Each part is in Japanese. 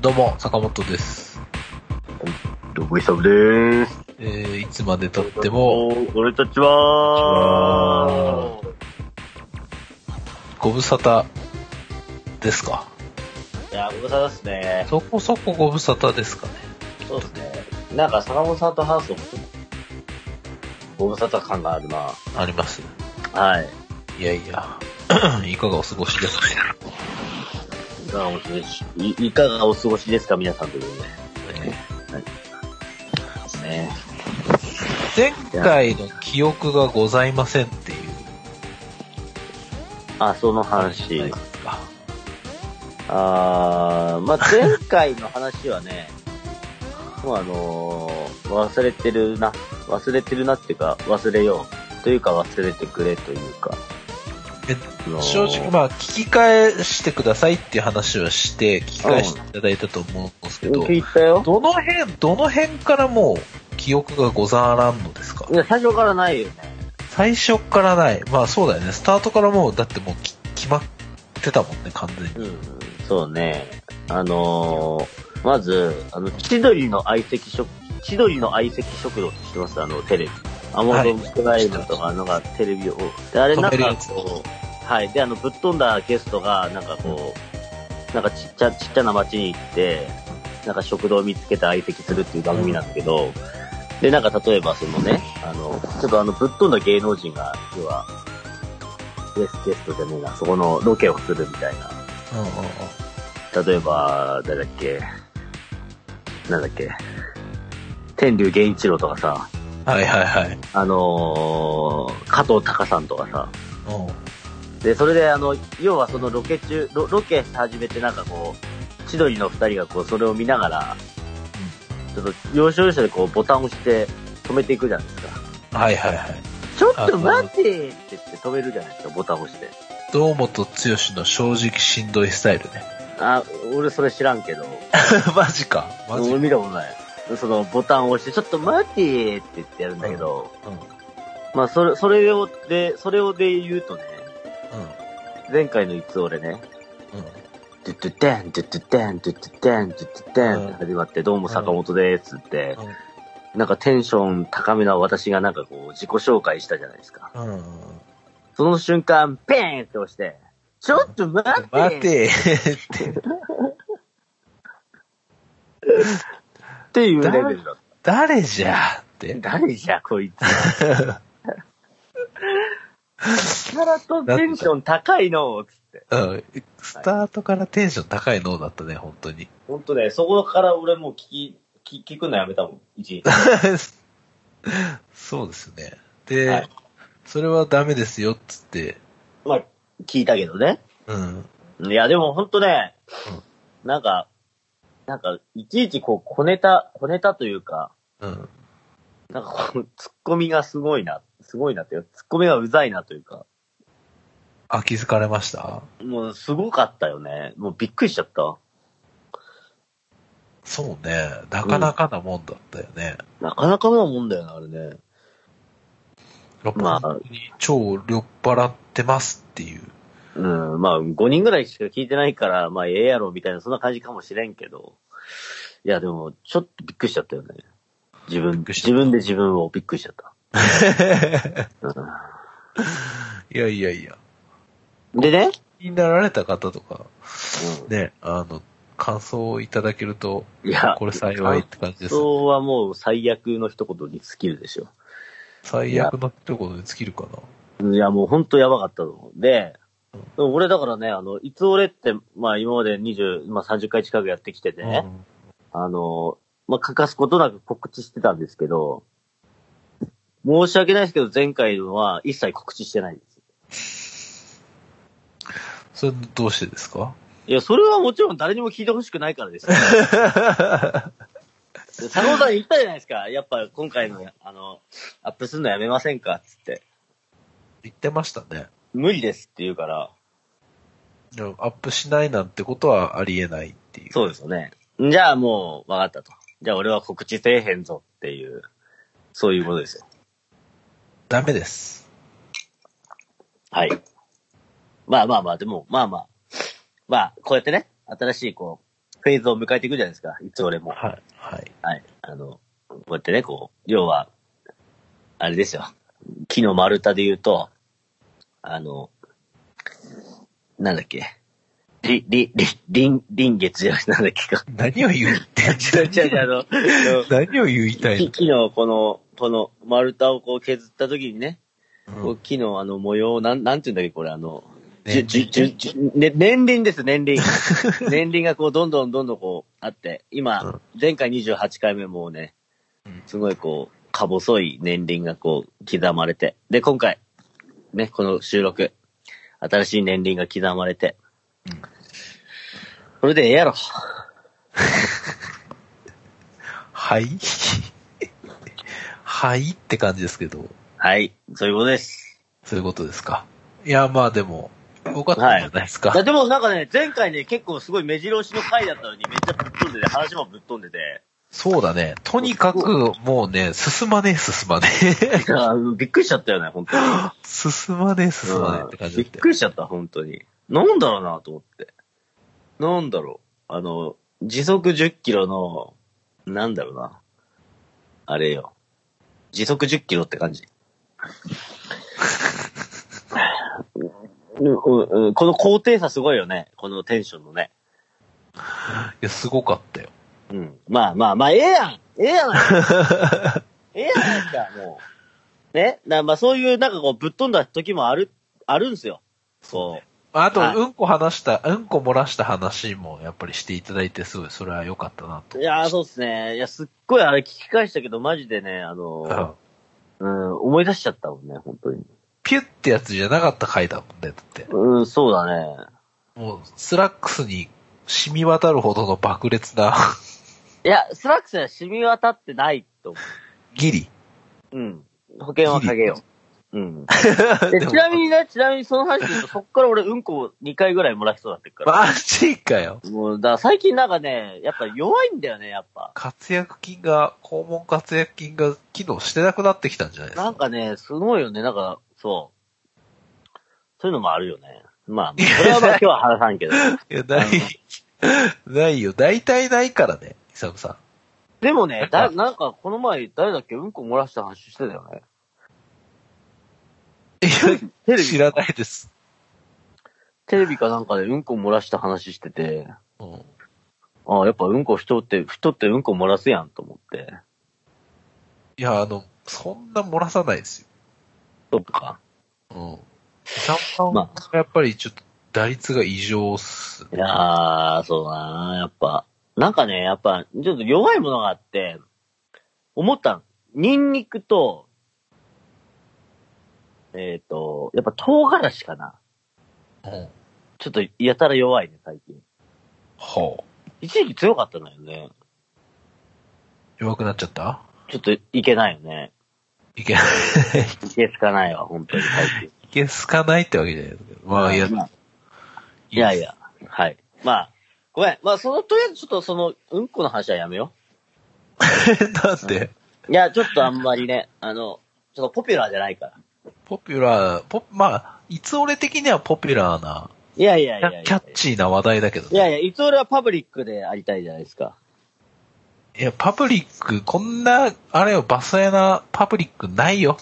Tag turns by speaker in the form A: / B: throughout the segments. A: どうも、坂本です。
B: どこいさぶでーす。
A: えー、いつまで経っても、、
B: 俺たちは、
A: ご無沙汰ですか
B: いや、ご無沙汰ですね。
A: そこそこご無沙汰ですかね。
B: そうですね。なんか、坂本さんと話すのも、ご無沙汰感があるな。
A: あります。
B: はい。
A: いやい や、いかがお過ごしですか
B: いかがお過ごし、いいかがお過ごしですか、皆さんということ
A: ね
B: で。ね。
A: 前回の記憶がございませんっていう
B: あ、その
A: じゃな
B: 話
A: いで。すか。
B: あー、まあ、前回の話はね、 もうあのー、忘れてるな。忘れてるなっていうか、忘れよう。というか、忘れてくれというか。
A: え
B: あのー
A: 正直、まあ、聞き返してくださいっていう話はして、聞き返していただいたと思うんですけど、
B: 聞いたよ。
A: どの辺、どの辺からもう記憶がござらんのですか
B: いや、最初からないよね。
A: 最初からない。まあそうだよね。スタートからもう、だってもうき決まってたもんね、完全に。
B: うん、そうね。あのー、まず、あの、千鳥の相席食、千鳥の相席食堂って知ってますあの、テレビ。アマゾンプライムとかのがテレビを、で、あれなん
A: 止めるや
B: か
A: つ
B: こう、はい。で、あの、ぶっ飛んだゲストが、なんかこう、なんかちっちゃ、ちっちゃな町に行って、なんか食堂を見つけて相席するっていう番組なんだけど、で、なんか例えばそのね、あの、ちょっとあの、ぶっ飛んだ芸能人が、要は、ゲスゲストじゃねえな、そこのロケをするみたいな。
A: うんうんうん。
B: 例えば、誰だっけ、なんだっけ、天竜源一郎とかさ、
A: はいはいはい。
B: あのー、加藤隆さんとかさ、
A: うん。
B: で、それであの、要はそのロケ中、ロロケ始めてなんかこう、千鳥の二人がこう、それを見ながら、ちょっと要所要所でこう、ボタンを押して止めていくじゃないですか。
A: はいはいはい。
B: ちょっと待ってって言って止めるじゃないですか、ボタンを押して。
A: 堂本剛の正直しんどいスタイルね。
B: あ、俺それ知らんけど、
A: マジか。マジ
B: 俺
A: か。
B: 見たことない。そのボタンを押して、ちょっと待ってって言ってやるんだけど、
A: うん。うん。
B: まあ、それ、それを、で、それをで言うとね、前回のいつ俺ね、ドゥッドゥッデン、ドゥッドゥッデン、ドゥッドゥッデン、ドゥッドゥッデンって始まって、どうも坂本ですって
A: う、ん。
B: なんかテンション高めな私がなんかこう、自己紹介したじゃないですか。
A: うん。うん。
B: その瞬間、ペーンって押して、ちょっと待って
A: 待
B: って
A: て
B: っていうレベルだっ
A: 誰じゃって。
B: た。誰じゃ、こ いつ。ならとテンション高いの、つって。
A: うん。スタートからテンション高い脳だったね、本当に。
B: ほんとね、そこから俺もう聞き、聞くのやめたもん、一日。
A: そうですね。で、
B: はい
A: それはダメですよ、っつって。
B: まあ、聞いたけどね。
A: うん。
B: いや、でもほんとね、なんか、なんか、いちいちこう、小ネタ、小ネタというか、
A: うん。
B: なんかこう、ツッコミがすごいな、すごいなっていうか、ツッコミがうざいなというか、
A: あ、気づかれました
B: もうすごかったよね。もうびっくりしちゃった。
A: そうね。なかなかなもんだったよね。
B: なかなかなもんだよな、あれね。
A: やっぱ
B: まあ
A: 本当に超酔っ払ってますっていう。
B: うん、まあ、5人ぐらいしか聞いてないから、まあ、ええやろ、みたいな、そんな感じかもしれんけど。いや、でも、ちょっとびっくりしちゃったよね。自分、
A: っくりしちゃった
B: 自分で自分をびっくりしちゃった。
A: いやいやいや。
B: でね、
A: 気になられた方とか、ね、あの、感想をいただけると、
B: うん、いや、
A: これ幸いって感じです。
B: そうはもう最悪の一言に尽きるでしょ。
A: 最悪の一言で尽きるか
B: いや、もうほんとやばかったの。で
A: うん、
B: 俺だからね、あの、いつ俺って、まあ今まで20、まあ30回近くやってきてて
A: な。
B: ね、
A: うん
B: あの、まあ欠かすことなく告知してたんですけど、申し訳ないですけど、前回のは一切告知してないんです。
A: それどうしてですか
B: いや、それはもちろん誰にも聞いてほしくないから ですよ。佐野さん言ったじゃないですか。やっぱ今回の、あの、アップするのやめませんかつって。
A: 言ってましたね。
B: 無理ですって言うから、
A: でもアップしないなんてことはありえないっていう。
B: そうですよね。じゃあもう、わかったと。じゃあ俺は告知せえへんぞっていう、そういうことですよ。
A: ダメです。
B: はい。まあまあまあ、でも、まあまあ。まあ、こうやってね、新しいこう、フェーズを迎えていくじゃないですか、いつ俺も。
A: はい。はい。
B: はい。あの、こうやってね、こう、要は、あれですよ。木の丸太で言うと、あの、なんだっけ。り、り、り、りん、臨月じゃなくてなんだっ けか。
A: 何を言って
B: 違う違う違う、あの、あ
A: 何を言いた
B: の
A: い
B: 木木のこの、この丸太をこう削った時にね、
A: の、
B: こう木のあの模様を、なん、なんて言うんだっけ、これ、あの、じゅ
A: ね
B: じゅじゅじゅね年輪です、年輪。年輪がこう、どんどんどんどんこう、あって、
A: う
B: 今
A: ん、
B: 前回28回目もうね
A: うん、
B: すごいこう、か細い年輪がこう、刻まれて。で、今回、ね、この収録、新しい年輪が刻まれて
A: うん。
B: これでええやろ。
A: はい はいって感じですけど、
B: はい、そういうことです。
A: そういうことですか。いや、まあでも、よかったんじゃないですか。
B: いや、でもなんかね、前回ね、結構すごい目白押しの回だったのに、めっちゃぶっ飛んでて、話もぶっ飛んでて。
A: そうだね。とにかく、もうね、進まねえ、進まねえ。
B: いやびっくりしちゃったよね、本当に。
A: 進まねえ、進まねえって感じだ
B: び
A: っ
B: った
A: よ
B: くりしちゃった、本当に。なんだろうなと思って。なんだろう。あの、時速10キロの、なんだろうな。あれよ。時速10キロって 感じ。うんうんうんこの高低差すごいよね。このテンションのね。
A: いや、すごかったよ。
B: うん。まあまあまあ、ええやんええやない かええやないか、もう。ねなまあそういう、なんかこう、ぶっ飛んだ時もある、あるんすよ。そう。
A: あと
B: はい、
A: うんこ話した、うんこ漏らした話もやっぱりしていただいて、すごい、それは良かったなと。
B: いやー、そうっすね。いや、すっごいあれ聞き返したけど、マジでね、あ
A: うん
B: の、うん、思い出しちゃったもんね、本当に。
A: ピュってやつじゃなかった回だもんね、だって。
B: うん、そうだね。
A: もう、スラックスに染み渡るほどの爆裂な
B: いや、スラックスには染み渡ってないと思
A: ギリ。
B: う。うん。保険はかけよ う。うん。で
A: でも
B: ちなみにね、ちなみにその話で言うと、そっから俺うんこを2回ぐらい漏らしそうだってっから。
A: マジかよ。
B: もう、だから最近なんかね、やっぱ弱いんだよね、やっぱ。
A: 活躍金が、肛門活躍金が機能してなくなってきたんじゃないです
B: なん
A: か。
B: かね、すごいよね、なんか、そう。そういうのもあるよね。まあ、それはまあ今日は話さんけ ど。
A: いや、ない、 ないよ。大体ないからね、イサムさん。
B: でもね、だ、なんかこの前、誰だっけうんこ漏らした話してたよね。
A: い
B: テレ
A: や、知
B: ビ、
A: らないです。
B: テレビかなんかでうんこ漏らした話してて、
A: うん
B: ああ、やっぱうんこ人って、人ってうんこ漏らすやんと思って。
A: いや、あの、そんな漏らさないです
B: そうか。
A: よ。うん。イサムさん
B: ま
A: はやっぱりちょっと打率が異常っす
B: い
A: ね。
B: やー、そうだなやっぱ。なんかね、やっぱ、ちょっと弱いものがあって、思ったの。ニンニクと、えっ、と、やっぱ唐辛子かな。
A: うん。
B: ちょっとやたら弱いね、最近。
A: ほ
B: 一時期強かったのよね。
A: う。弱くなっちゃった
B: ちょっといけないよね。
A: いけない。
B: いけつかないわ、本当に最近。
A: いけすかないってわけじゃないですけど。まあ、いや、
B: まあいやいや、はい。まあ、ごめん。まあ、その、とりあえずちょっとその、うんこの話はやめよ
A: なんで、
B: う。いや、ちょっとあんまりね、あの、ちょっとポピュラーじゃないから。
A: ポピュラー、ポ、まあ、いつ俺的にはポピュラーな、
B: いやいやい
A: キ
B: やいや
A: ャ。キャッチーな話題だけど
B: い
A: ね。
B: やいや、いつ俺はパブリックでありたいじゃないです か。
A: いや、パブリック、こんな、あれよ、バスやなパブリックないよ。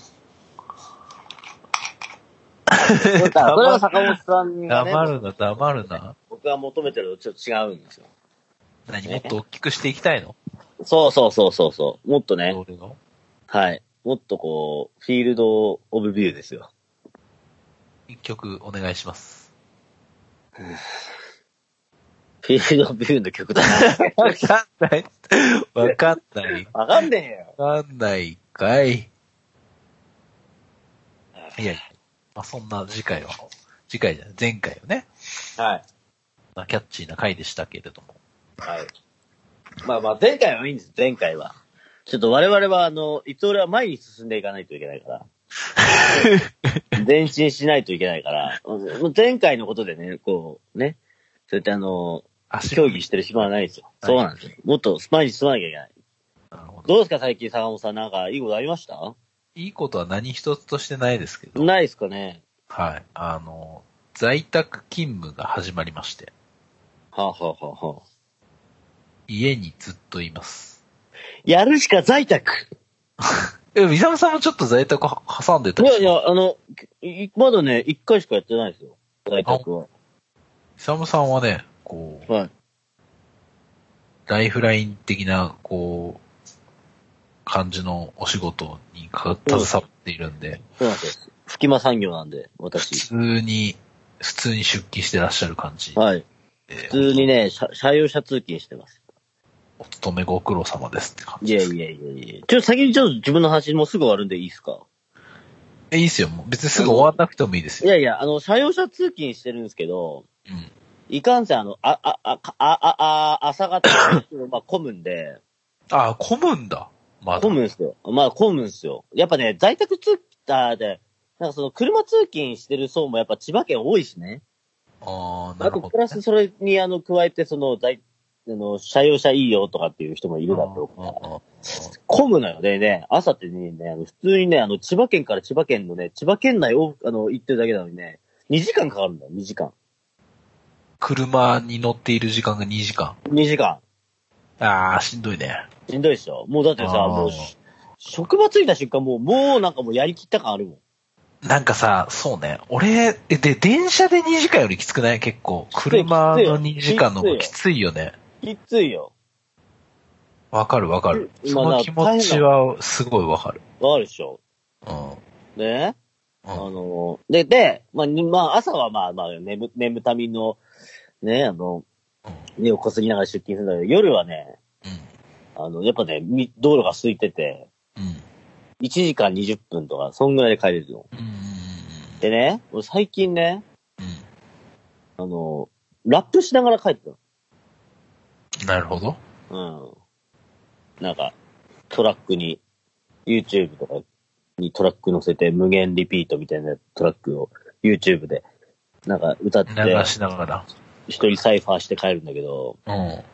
B: それは坂本さんがね、
A: 黙るな、黙るな。
B: 僕が求めてるのとちょっと違うんですよ。
A: 何、もっと大きくしていきたいの
B: そうそうそうそうそう。もっとね、
A: 俺の。
B: はい。もっとこう、フィールドオブビューですよ。
A: 一曲お願いします。
B: フィールドオブビューの曲だな。
A: わかんない。わかんない。
B: わかんねえよ。
A: わかんないかい。いやいや、まあ、そんな次回は、次回じゃない、前回はね、
B: はい。
A: まあ、キャッチーな回でしたけれども。
B: はい。まあまあ、前回はいいんです、前回は。ちょっと我々は、あの、伊藤らは前に進んでいかないといけない から。前進しないといけないから。うん前回のことでね、こう、ね。そうやってあの、
A: 足
B: 競技してる暇はないですよ。そうなんですよ。もっと前に進まなきゃいけない。
A: なるほど。
B: どうですか、最近坂本さん、なんかいいことありました
A: いいことは何一つとしてないですけど、
B: ないですかね。
A: はい。あの、在宅勤務が始まりまして。
B: はあ、はあはあは
A: 家にずっといます。
B: やるしか在宅。
A: え、ミサムさんもちょっと在宅は挟んでた
B: い
A: りし
B: やいや、あの、いまだね、一回しかやってないですよ。在宅は。
A: ミサムさんはね、こう、
B: はい。
A: ライフライン的な、こう、感じのお仕事にか携わっているんで、
B: そうなんですよ。隙間産業なんで、
A: 普
B: 私。
A: 通に、普通に出勤してらっしゃる感じで、
B: はい。普通にね、車車用車通勤してます。
A: お勤めご苦労様ですって感
B: い
A: じ
B: や
A: で
B: い
A: す。
B: やいやいやちょっと先にちょっと自分の話もうすぐ終わるんでいいですか
A: えいいっすよ。もう別にすぐ終わらなくてもいいです
B: い
A: よ。
B: やいや、あの、車用車通勤してるんですけど、
A: うん。
B: いかんせん、あの、あ、あ、あ、あ、あ、あ、朝方、まあ、混むんで、
A: あ、混むんだ。まだ。
B: 混むんですよ。まあ、混むんですよ。やっぱね、在宅通勤、あで、なんかその、車通勤してる層もやっぱ千葉県多いしね。
A: ああ、な
B: あ
A: る
B: と、
A: ほ
B: プ
A: どね、
B: ラスそれに、あの、加えて、その、在、あの、車用車いいよとかっていう人もいるだろうから。
A: う
B: 混むのよ。でね、朝ってね、あの普通にね、あの、千葉県から千葉県のね、千葉県内を、あの、行ってるだけなのにね、2時間かかるんだよ、2時間。
A: 車に乗っている時間が2時間。
B: 2時間。
A: ああ、しんどいね。
B: しんどいっしょ。もうだってさ、
A: あー
B: もう、し職場着いた瞬間、もう、もうなんかもうやりきった感あるもん。
A: なんかさ、そうね。俺、えで、電車で2時間よりきつくない結構。
B: つい
A: 車の2時間の方が
B: き
A: き
B: つ
A: ついよね。
B: きついよ。
A: わかるわかる。
B: うん
A: そ
B: まあ
A: の気持ちはすごいわかる。
B: わかるでしょ。
A: うん。
B: ねあ
A: うん。
B: の、で、で、まあ、にまあ、朝はまあまあ、眠、眠たみの、ね、あの、根をこすりながら出勤するんだけど、夜はね、あの、やっぱね、み道路が空いてて、
A: うん。うん。
B: 1時間20分とか、そんぐらいで帰れるの。
A: うん。
B: でね、俺最近ね、
A: う
B: あの、ラップしながら帰って
A: ん。なるほど。
B: たの。うん。なんか、トラックに、YouTube とかにトラック乗せて、無限リピートみたいなトラックを YouTube で、なんか歌って
A: 流、しなが
B: 一人サイファーして帰るんだけど、
A: ら。うん。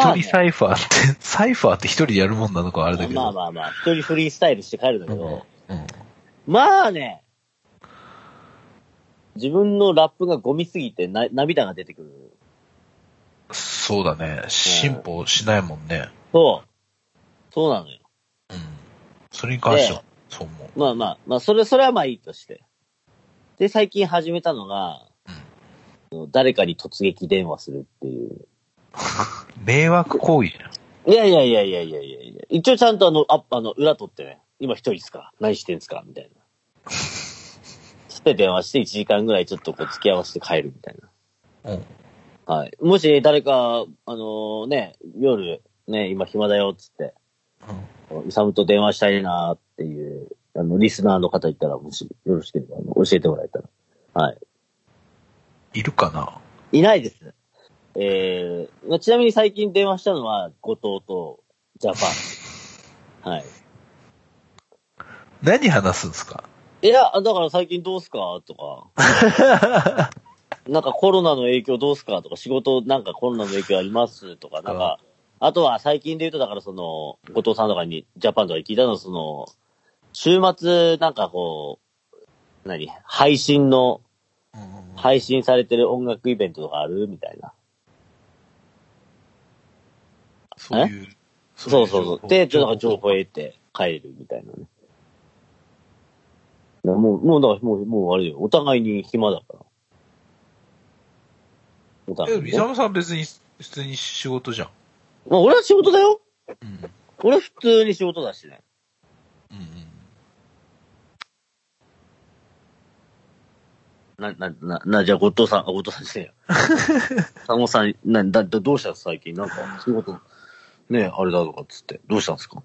A: 一
B: あね
A: 人サイファーって、 サイファーって一人でやるもんなのかあれだけど。
B: まあまあまあ、一人フリースタイルして帰るんだけど、
A: うん。
B: まあね、自分のラップがゴミすぎてな涙が出てくる。
A: そうだね。進歩しないもんね。
B: そう。そうなのよ。
A: うん。それに関しては、そう思う。
B: まあまあ、まあ、それ、それはまあいいとして。で、最近始めたのが、誰かに突撃電話するっていう。
A: 迷惑行為だよ
B: いやいやいやいやいやいやいや一応ちゃんとあの、あ、あの、裏取ってね、今一人ですか何してんすかみたいな。 つって電話して1時間ぐらいちょっとこう付き合わせて帰るみたい
A: うん。
B: な。はい。もし誰か、あのね、夜、ね、今暇だよっつって、
A: うん
B: イサムと電話したいなーっていう、あの、リスナーの方いたら、もしよろしければ、あの教えてもらえたら。はい。
A: いるかない
B: ないです。えー、まあちなみに最近電話したのは、後藤とジャ パン。はい。
A: 何話すんですか
B: いや、だから最近どうすかと か、なんかコロナの影響どうすかとか、仕事なんかコロナの影響ありますとか、なんか、あとは最近で言うと、だからその、後藤さんとかに、ジャパンとかに聞いたのは、その、週末なんかこう、何配信の、配信されてる音楽イベントとかあるみたいな。
A: そういう。
B: そうそうそう。
A: い
B: で、
A: 情
B: ちょっ
A: 報
B: と情報を得て帰るみたいなね。だからもう、もう、だからもう、もうあれだよ。お互いに暇だから。お互
A: え、
B: いに
A: リ
B: ね、
A: サムさん別に、普通に仕事じゃん。
B: まあ、俺は仕事だよ。
A: うん。うん
B: 俺は普通に仕事だしね。な、な、な、な、じゃあ、後藤さん、あ、後藤さんしてんや。 佐野さん、な、だ、だどうしたんですか最近。なんか、仕事、ねえあれだとかっつって。どうしたんですか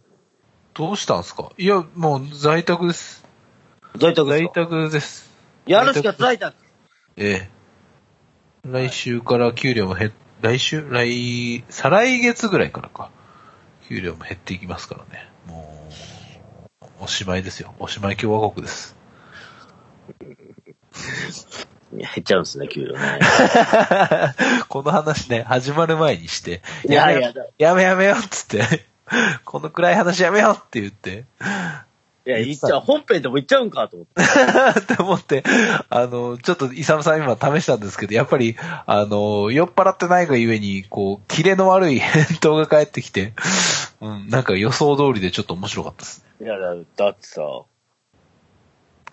A: どうしたんすかいや、もう在宅です。
B: 在宅です
A: 在
B: か
A: 宅です。
B: やるしか在宅。
A: ええ。来週から給料も減っ、来週来、再来月ぐらいからか。給料も減っていきますからね。もう、おしまいですよ。おしまい共和国です。
B: いや減っちゃうんですね、給料 ね。
A: この話ね、始まる前にして、
B: いやいや、だ
A: やめやめよっつって、この暗い話やめようって言って、
B: いや、言っちゃう。本編でも言っちゃうんかと思って。
A: って思って、あの、ちょっとイサムさん今試したんですけど、やっぱり、あの、酔っ払ってないがゆえに、こう、キレの悪い 返答が返ってきて、うん、なんか予想通りでちょっと面白かったですね。
B: いや、だだってさ、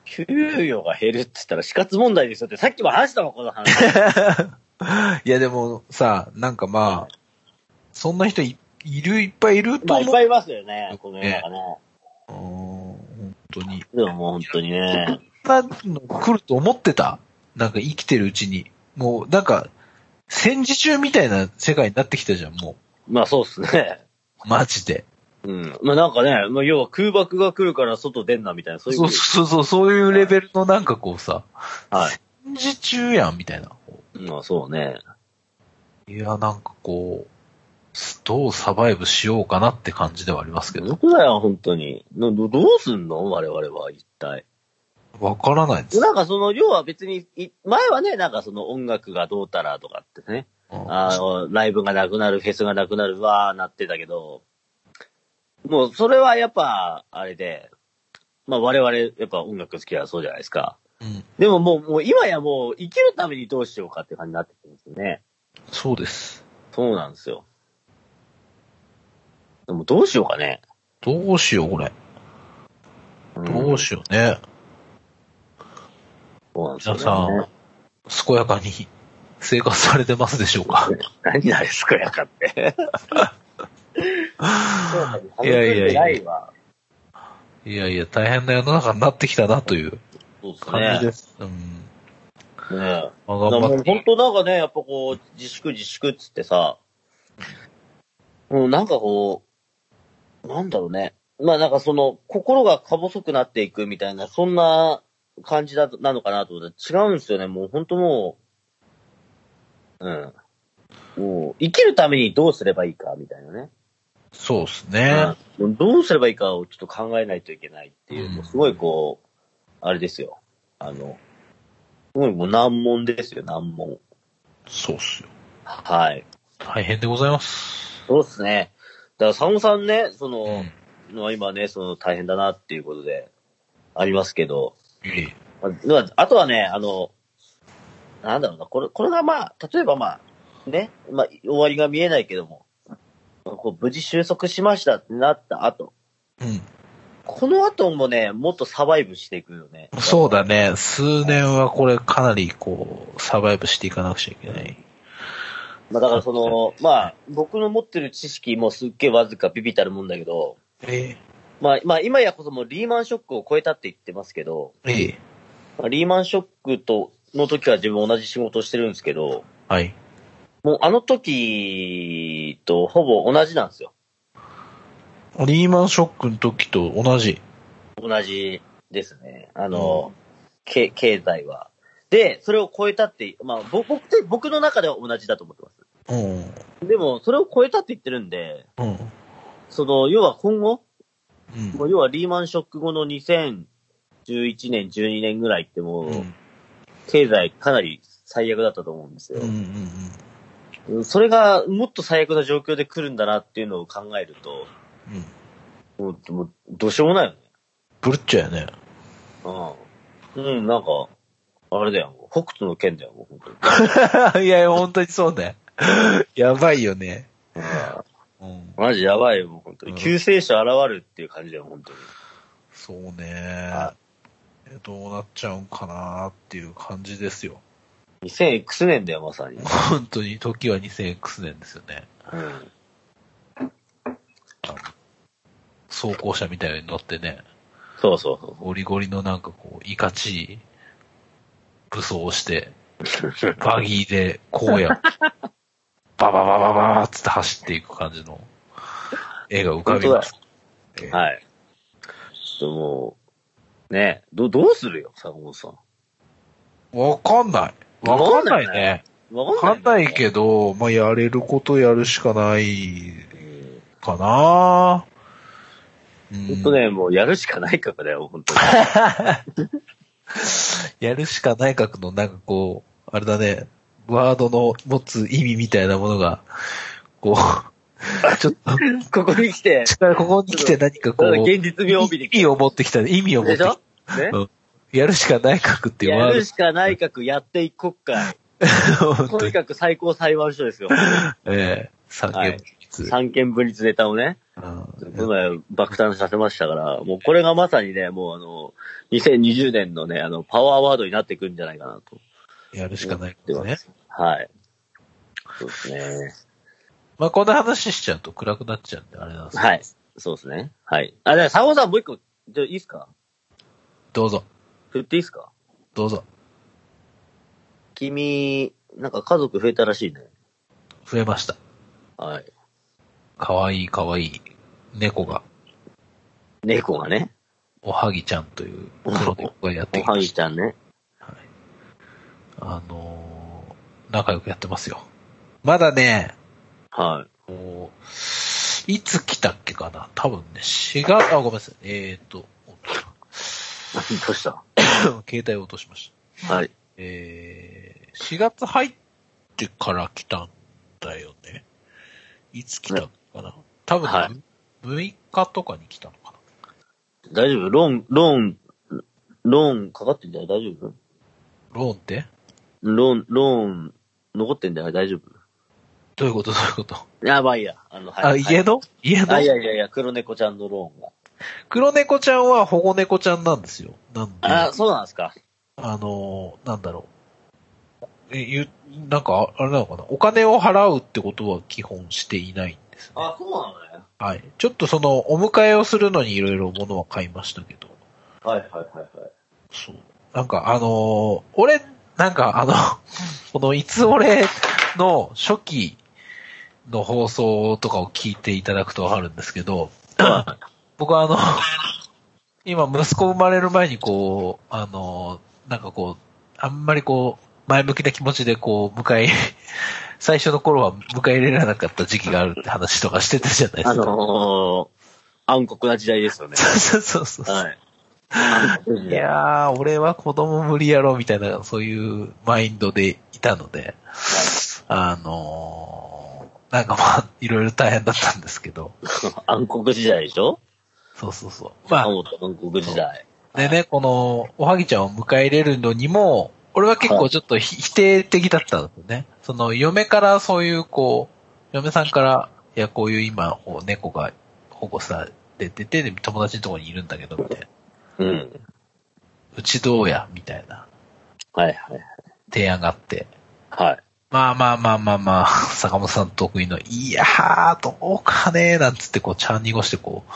B: 給与が減るって言ったら死活問題ですよって、さっきも話したもん、こ の話。
A: いやでもさ、なんかまあ、そんな人いいる、いっぱいいると
B: まあ、い
A: 思
B: っ
A: う。
B: ぱいいますよね、この世の中ね。
A: うん本当に。
B: でももう本当にね。
A: そんなの来ると思ってた。なんか生きてるうちに。もう、なんか、戦時中みたいな世界になってきたじゃん、も
B: まあそうっすね。
A: う。マジで。
B: うん。まあなんかね、まあ要は空爆が来るから外出んなみたいな、そうい
A: そ
B: うこ
A: う
B: と。
A: そうそう、そういうレベルのなんかこうさ、
B: はい。
A: 戦時中やん、みたいな。
B: まあそうね。
A: いや、なんかこう、どうサバイブしようかなって感じではありますけど
B: ど、こだよ、本当に。などどうすんの我々は一体。
A: わからないです。
B: なんかその、要は別に、い前はね、なんかその音楽がどうたらとかってね、
A: うん
B: あの、ライブがなくなる、フェスがなくなる、わーなってたけど、もうそれはやっぱ、あれで、まあ我々、やっぱ音楽好きはそうじゃないですか。
A: うん、
B: でももう、もう今やもう生きるためにどうしようかって感じになってくるんですよね。
A: そうです。
B: そうなんですよ。でもどうしようかね。
A: どうしよう、これ。
B: うん
A: どうしようね。
B: そうなんですよ、
A: 皆
B: ね。
A: さん健やかに生活されてますでしょうか。
B: 何がですかや かって。
A: いやいやいや
B: ないわ。
A: いやいや、大変な世の中になってきたなという
B: そうです
A: 感じ
B: ね。
A: です。うん。
B: ね
A: まあ、
B: だから
A: 頑張
B: も
A: っ
B: う
A: て。
B: 本当なんかね、やっぱこう、自粛自粛っつってさ、もうなんかこう、なんだろうね。まあなんかその、心がか細くなっていくみたいな、そんな感じだと、なのかなと思ったら違うんですよね。もう本当もう、うん。もう、生きるためにどうすればいいか、みたいなね。
A: そうですね。
B: うんどうすればいいかをちょっと考えないといけないってい
A: う
B: う、
A: ん
B: もうすごいこう、あれですよ。あの、すごいもう難問ですよ、難問。
A: そうっすよ。
B: はい。
A: 大変でございます。
B: そうですね。だから、佐野さんね、その、
A: うん。
B: のは今ね、その大変だなっていうことで、ありますけど、
A: いい
B: まあまあ、あとはね、あの、なんだろうな、これ、これがまあ、例えばまあ、ね、まあ、終わりが見えないけども、まあこう無事収束しましたってなった後、
A: うん。
B: この後もね、もっとサバイブしていくよね。
A: そうだね。数年はこれかなりこう、サバイブしていかなくちゃいけない。
B: まあだからその、まあ、僕の持ってる知識もすっげえわずかビビたるもんだけど、
A: え
B: まあ、まあ今やこそもうリーマンショックを超えたって言ってますけど、
A: え。ええ。
B: まあリーマンショックと、の時は自分同じ仕事をしてるんですけど、
A: はい。
B: もうあの時とほぼ同じなんですよ。
A: リーマンショックの時と同じ。
B: 同じですね。あの、け経済は。で、それを超えたって、まあぼ僕って僕の中では同じだと思ってます。
A: うん。
B: でも、それを超えたって言ってるんで、
A: うん。
B: その、要は今後、
A: うん
B: もう要はリーマンショック後の2011年、12年ぐらいっても
A: う。、
B: うん経済かなり最悪だったと思うんです
A: うん。
B: よ
A: う。ん。
B: うんそれがもっと最悪な状況で来るんだなっていうのを考えると、
A: うん。
B: もう、もうどうしようもないよね。
A: ぶるっちゃうよね。
B: うん。うん、なんか、あれだよ、もう北斗の剣だよ、もう本当に。
A: いや、本当にそうね。やばいよね。うん。
B: マジやばいよ、もう本当
A: う
B: に。
A: ん
B: 救世主現れるっていう感じだよ、本当に。
A: そうね。どうなっちゃうんかなっていう感じですよ。
B: 2000X 年だよ、まさに。
A: 本当に時は 2000X 年ですよね。
B: うん。
A: 装甲車みたいに乗ってね、
B: そうそうそう。
A: ゴリゴリのなんかこう、いかちい武装をして、バギーで荒野、ババババババーっつって走っていく感じの絵が浮かびます。ええ
B: はい。ちょっともう、ね、ど、どうするよ、坂本さん。
A: わかんない。わかんないね。
B: わ
A: わ
B: か
A: か
B: ん
A: ん
B: ない、
A: ないけど、まあ、やれることやるしかない
B: うん。
A: かなうん
B: 本当ね、もうやるしかないからだよ、本当に。
A: やるしかない格のなんかこう、あれだね、ワードの持つ意味みたいなものが、こう、 ちょっと、
B: ここに来て、
A: ここに来て何かこう、
B: 現実味を帯びて
A: 意
B: きて
A: 味を持ってきたね。意味を
B: る
A: 持っ
B: でして
A: き
B: ょ
A: た。
B: ね
A: うんやるしかない格っていう
B: や
A: ワ
B: る
A: ー
B: しか内閣やっていこっか。
A: ド。本
B: と
A: 当に。
B: にかく最高裁判所ですよ。
A: ええ三
B: は
A: 軒
B: い
A: つ。
B: 三権分立ネタをね、
A: うん
B: この前爆誕させましたから、もうこれがまさにね、もうあの、2020年のね、あの、パワーワードになってくるんじゃないかなと。
A: やるしかないこと
B: 思って
A: ね
B: ま。す。はい。そうですね。
A: まあ、こんな話しちゃうと暗くなっちゃうんで、あれなんですけど
B: はい。そうですね。はい。あ、じゃあ、サゴさんもう一個、じゃあいいっすか
A: どうぞ、
B: 振っていいっすか
A: どうぞ、
B: 君、なんか家族増えたらしいね。
A: 増えました。
B: はい。
A: かわいいかわいい猫が、
B: 猫がね、
A: おはぎちゃんという黒猫がやって
B: お
A: きま
B: はぎ
A: し
B: ちゃんね。
A: た。あのー、仲良くやってますよ。まだね、
B: は
A: もう、いつ来たっけかな多分ね、4月、あ、ごめんなさい。えーと、 おっ
B: い。 どうした
A: と携帯を落としました。
B: はい。
A: えー、4月入ってから来たんだよね。いつ来たのかな多分、
B: は
A: 6日とかに来たのかな
B: 大丈夫ローン、ローン、ローンかかってんじゃない大丈夫
A: ローンって
B: ローン、ローン、残ってんだよ、大丈夫。
A: どういうことどういうこと、
B: やばいや。あの、
A: あ、家の家の
B: あ、いやいやいや、黒猫ちゃんのローンが。
A: 黒猫ちゃんは保護猫ちゃんなんですよ。なんで、
B: あ、
A: あ
B: そうなんですか。
A: のー、なんだろう。え、ゆ、なんか、ああれなのかなお金を払うってことは基本していないんですね。
B: あ、そうなのね。
A: はい。ちょっとその、お迎えをするのにいろいろ物は買いましたけど。
B: はいはいはいはい。
A: そう。なんか、あのー俺、なんか、あの、 この、いつ俺の初期の放送とかを聞いていただくとわかるんですけ ど、僕はあの、今、息子生まれる前にこう、あのーなんかこう、あんまりこう、前向きな気持ちでこう、迎え、 最初の頃は迎え入れられなかった時期があるって話とかしてたじゃないで
B: あ
A: すか。
B: のー、暗黒な時代ですよ ね。
A: そうそうそうそう。
B: はい。
A: いやー、俺は子供無理やろ、みたいな、そういうマインドでいたので、あのー、なんかまあ、いろいろ大変だったんですけど、
B: 暗黒時代でしょ
A: そうそうそう。ま
B: 暗黒時代。
A: あ、でね、この、おはぎちゃんを迎え入れるのにも、俺は結構ちょっとひ否定的だったんですよね。その、嫁からそういう、こう、嫁さんから、いや、こういう今、こう猫が保護されてて、で友達のところにいるんだけど、みたいな。
B: うん。
A: うちどうや、みたいな
B: はいはい。
A: 提案があって。
B: はい。
A: まあまあまあまあまあ、坂本さん得意の、いやー、どうかねー、なんつってこう、茶を濁してこう、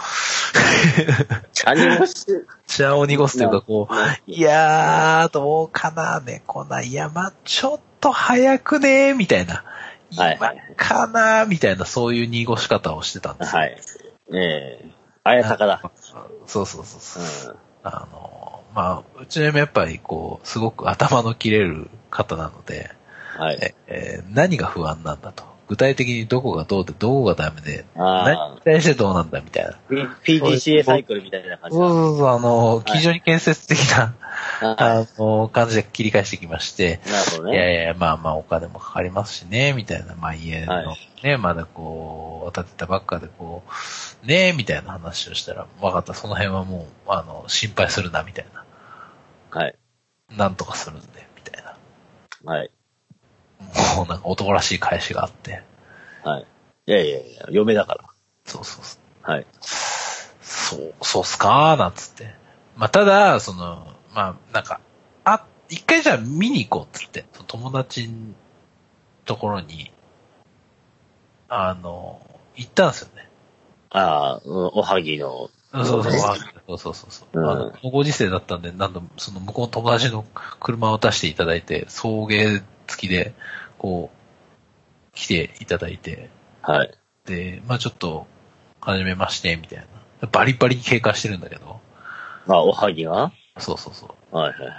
B: チャンネルして、
A: 茶を濁す というかこう、
B: はい
A: やー、どうかな、猫な、いや、まあ、ちょっと早くねー、みたいな。
B: はい
A: 今かなー、みたいな、そういう濁し方をしてたんですよ。
B: い。ええあやさかだ。
A: そうそうそうそうう。
B: ん。
A: あのー、まあ、うちの嫁やっぱりこう、すごく頭の切れる方なので、
B: はい。
A: ええー何が不安なんだと。具体的にどこがどうで、どこがダメで、何
B: あ
A: に対してどうなんだみたいな。
B: あ。PDCA サイクルみたいな感じ
A: そう
B: だ。
A: そうそう、あの、非常に建設的な、
B: は
A: あの、感じで切り返してきまして、
B: い。なるほど
A: いや
B: ね。
A: いやいや、まあまあお金もかかりますしね、みたいな、まあ家の
B: は
A: ね、まだこう、建てたばっかでこう、ね、みたいな話をしたら、わかった、その辺はもう、あの、心配するな、みたいな。
B: はい。
A: なんとかするんで、みたいな。
B: はい。
A: もうなんか男らしい返しがあって、
B: はい。いやいやいや、嫁だから。
A: そうそうそう。
B: はい。
A: そう、そうっすかーなんつって。まあ、ただ、その、まあ、なんか、あ、一回じゃあ見に行こうっつって、その友達のところに、あの、行ったんですよね。
B: ああ、うんおはぎの、
A: そうそうそう。そうそうそう。
B: うん
A: あの、このご時世だったんで、何度も、その向こうの友達の車を出していただいて、送迎付きで、こう、来ていただいて、
B: はい。
A: で、まあちょっと、はじめまして、みたいな。バリバリに経過してるんだけど、
B: あ、おはぎが
A: そうそうそう。
B: はいはい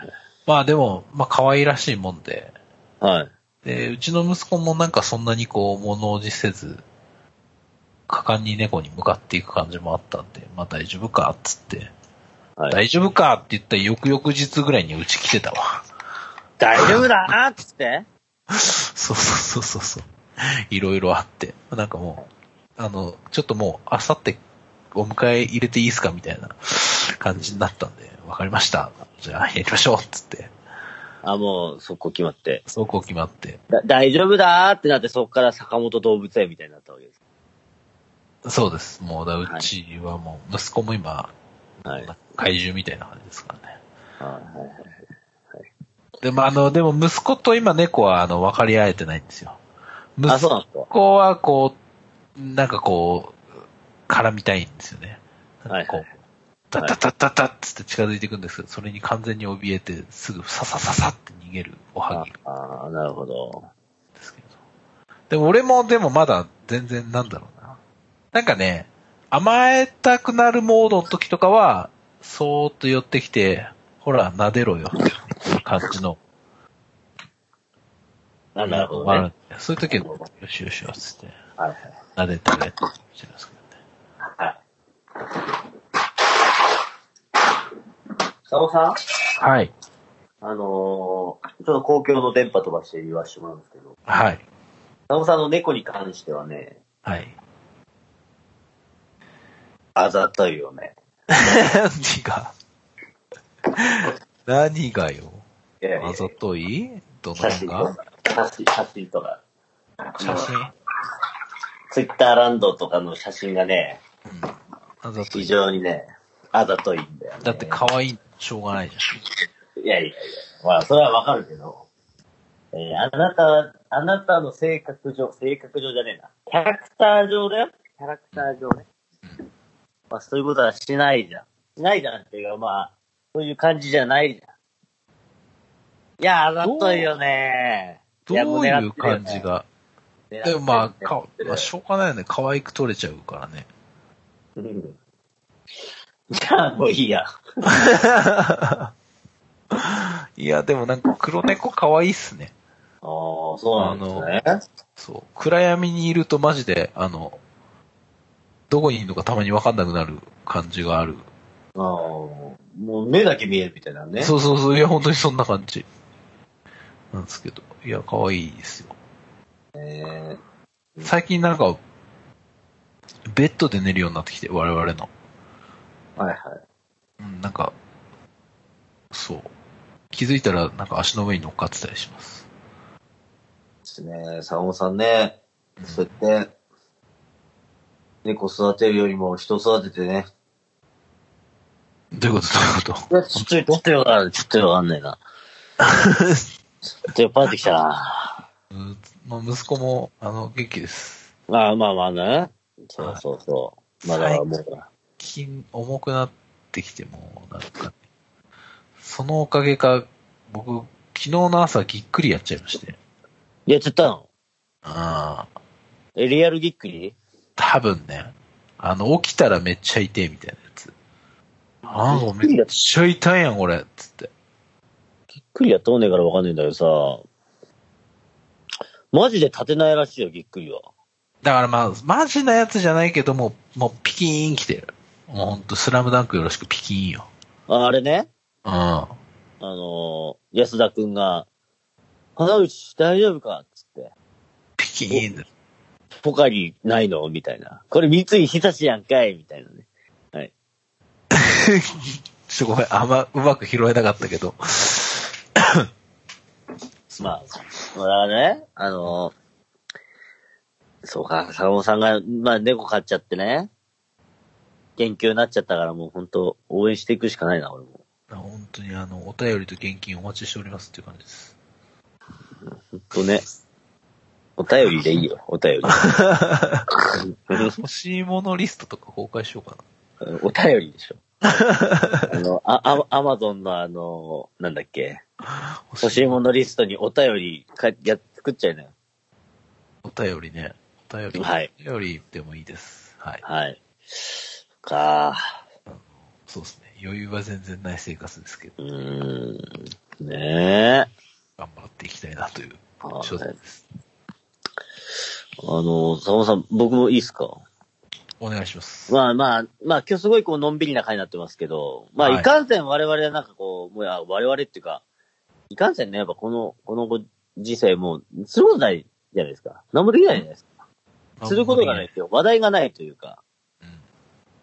A: まあでも、まあ可愛らしいもんで、
B: はい。はい。
A: で、うちの息子もなんかそんなにこう物おじせず、果敢に猫に向かっていく感じもあったんで、まあ大丈夫かっつって、
B: はい
A: 大丈夫かって言った翌々日ぐらいにうち来てたわ。
B: 大丈夫だなっつって
A: そうそうそうそうそう。いろいろあって、なんかもう、あの、ちょっともう、あさってお迎え入れていいですかみたいな 感じになったんで、わかりました。じゃあ、やりましょうっつって、
B: あ、もう、速攻決まって。
A: 走行決まって、
B: だ大丈夫だーってなって、そこから坂本動物園みたいになったわけです。
A: そうです。もう、だ
B: はいう
A: ちはもう、息子も今、
B: はい。はい
A: 怪獣みたいな感じですからね。
B: はいはい。
A: でも、あの、でも息子と今猫は、あの、分かり合えてないんですよ。息
B: あ、そうなんですか
A: 子は、こう、なんかこう、絡みたいんですよね。なんかこう
B: はい
A: タッタッタッタッタッつって近づいていくんですけど、それに完全に怯えて、すぐササササって逃げるおはぎなん
B: ああ、なるほど。
A: ですけど。でも俺も、でもまだ全然なんだろうな。なんかね、甘えたくなるモードの時とかは、そーっと寄ってきて、ほら、撫でろよ、感じの。
B: あなるほど、ね。
A: まあそういう時は、よしよしよしつって、
B: はいはい。
A: 撫でてくれってしてますけどね。
B: はい。佐野さん
A: はい。
B: あのー、ちょっと公共の電波飛ばして言わせてもらうんですけど、
A: はい。
B: 佐野さんの猫に関してはね、
A: はい。
B: あざといよね。
A: 何が 何がよ。
B: いやいや
A: あざといどの
B: 写真
A: 辺
B: と
A: が
B: か、写真写真とか、
A: 写真
B: ツイッターランドとかの写真がね、
A: あざと
B: 非
A: い。
B: 常にね、あざといんだよね。
A: だって可愛い、しょうがないじ
B: いやいやいや、まあ、それはわかるけど、えーあなたは、あなたの性格上、性格上じゃねえな。キャラクター上だよ。キャラクター上ね。まあ、そういうことはしないじゃん。しないじゃんっていうか、まあ、そういう感じじゃないじゃん。いや、あざといよね。
A: ゃん。どう
B: や
A: い
B: も
A: う感じが。
B: 狙ってる
A: で
B: よ
A: も
B: ね、
A: まあ、か
B: 狙って、る
A: まあ、しょうがないよね。可愛く撮れちゃうからね。
B: うんじゃあもういいや。
A: いや、でもなんか黒猫可愛いっすね。
B: ああ、そうなんですね。
A: そう。暗闇にいるとマジで、あの、どこにいるのかたまにわかんなくなる感じがある。
B: あのもう目だけ見えるみたいなね。
A: そうそうそう。いや、本当にそんな感じ。なんですけど。いや、可愛いですよ。
B: ね
A: 最近なんか、ベッドで寝るようになってきて、我々の。
B: はいはい。
A: うん、なんか、そう。気づいたら、なんか足の上に乗っかってたりします。
B: ですね。坂本さんね、そうやって、猫育てるよりも人育ててね。
A: どういうことどういうこと
B: いや、ちょっと、ちょっとよくわかんない。ちょっとよくわかんないな。ちょっと酔っ払ってきたな。
A: うんまあ、息子も、あの、元気です。
B: まあまあまあね。そうそうそう。まあだからもう、
A: 筋、重くなってきても、なんか、そのおかげか、僕、昨日の朝ぎっくりやっちゃいまして。
B: やっちゃったの
A: ああ、
B: え、リアルぎっくり
A: 多分ね、あの、起きたらめっちゃ痛いみたいなやつ。ああ、めっちゃ痛いやん、これ、つって。
B: ぎっくりやったことねえからわかんないんだけどさ、マジで立てないらしいよ、ぎっくりは。
A: だからまあ、マジなやつじゃないけども、もうピキーン来てる。もうほんと、スラムダンクよろしくピキーンよ。
B: ああれね、
A: うん。あ
B: あのー安田くんが、花内大丈夫かっつって、
A: ピキーンだ。
B: ポカリないのみたいな。これ三井久志やんかいみたいなね。
A: ちょっとごめん、あんま、うまく拾えなかったけど。
B: まあ、まあね、あのーそうか、坂本さんが、まあ猫飼っちゃってね、元気になっちゃったからもう本当応援していくしかないな、俺も。
A: 本当にあの、お便りと現金お待ちしておりますっていう感じです。
B: ほんとね。お便りでいいよ、お便り。
A: 欲しいものリストとか公開しようか
B: お便りでしょ。あの、あ、あアマゾンのあの、なんだっけ、
A: な。
B: 欲しいものリストにお便りかや作っちゃいなよ。
A: お便りね。お便り。
B: はい。
A: お便りでもいいです。はい。
B: はい。か
A: そうですね。余裕は全然ない生活ですけど、
B: うーん。ねえ。
A: 頑張っていきたいなという
B: はい
A: 所存です。
B: あの、坂本さん、僕もいいっすか
A: お願いします。
B: まあまあ、まあ今日すごいこうのんびりな回になってますけど、ま
A: は
B: あ
A: い
B: いかんせん我々はなんかこう、もうや我々っていうか、いかんせんね、やっぱこの、このご時世もう、することないじゃないですか。なんもできないじゃないですか。することがないですよ。話題がないというか
A: うん、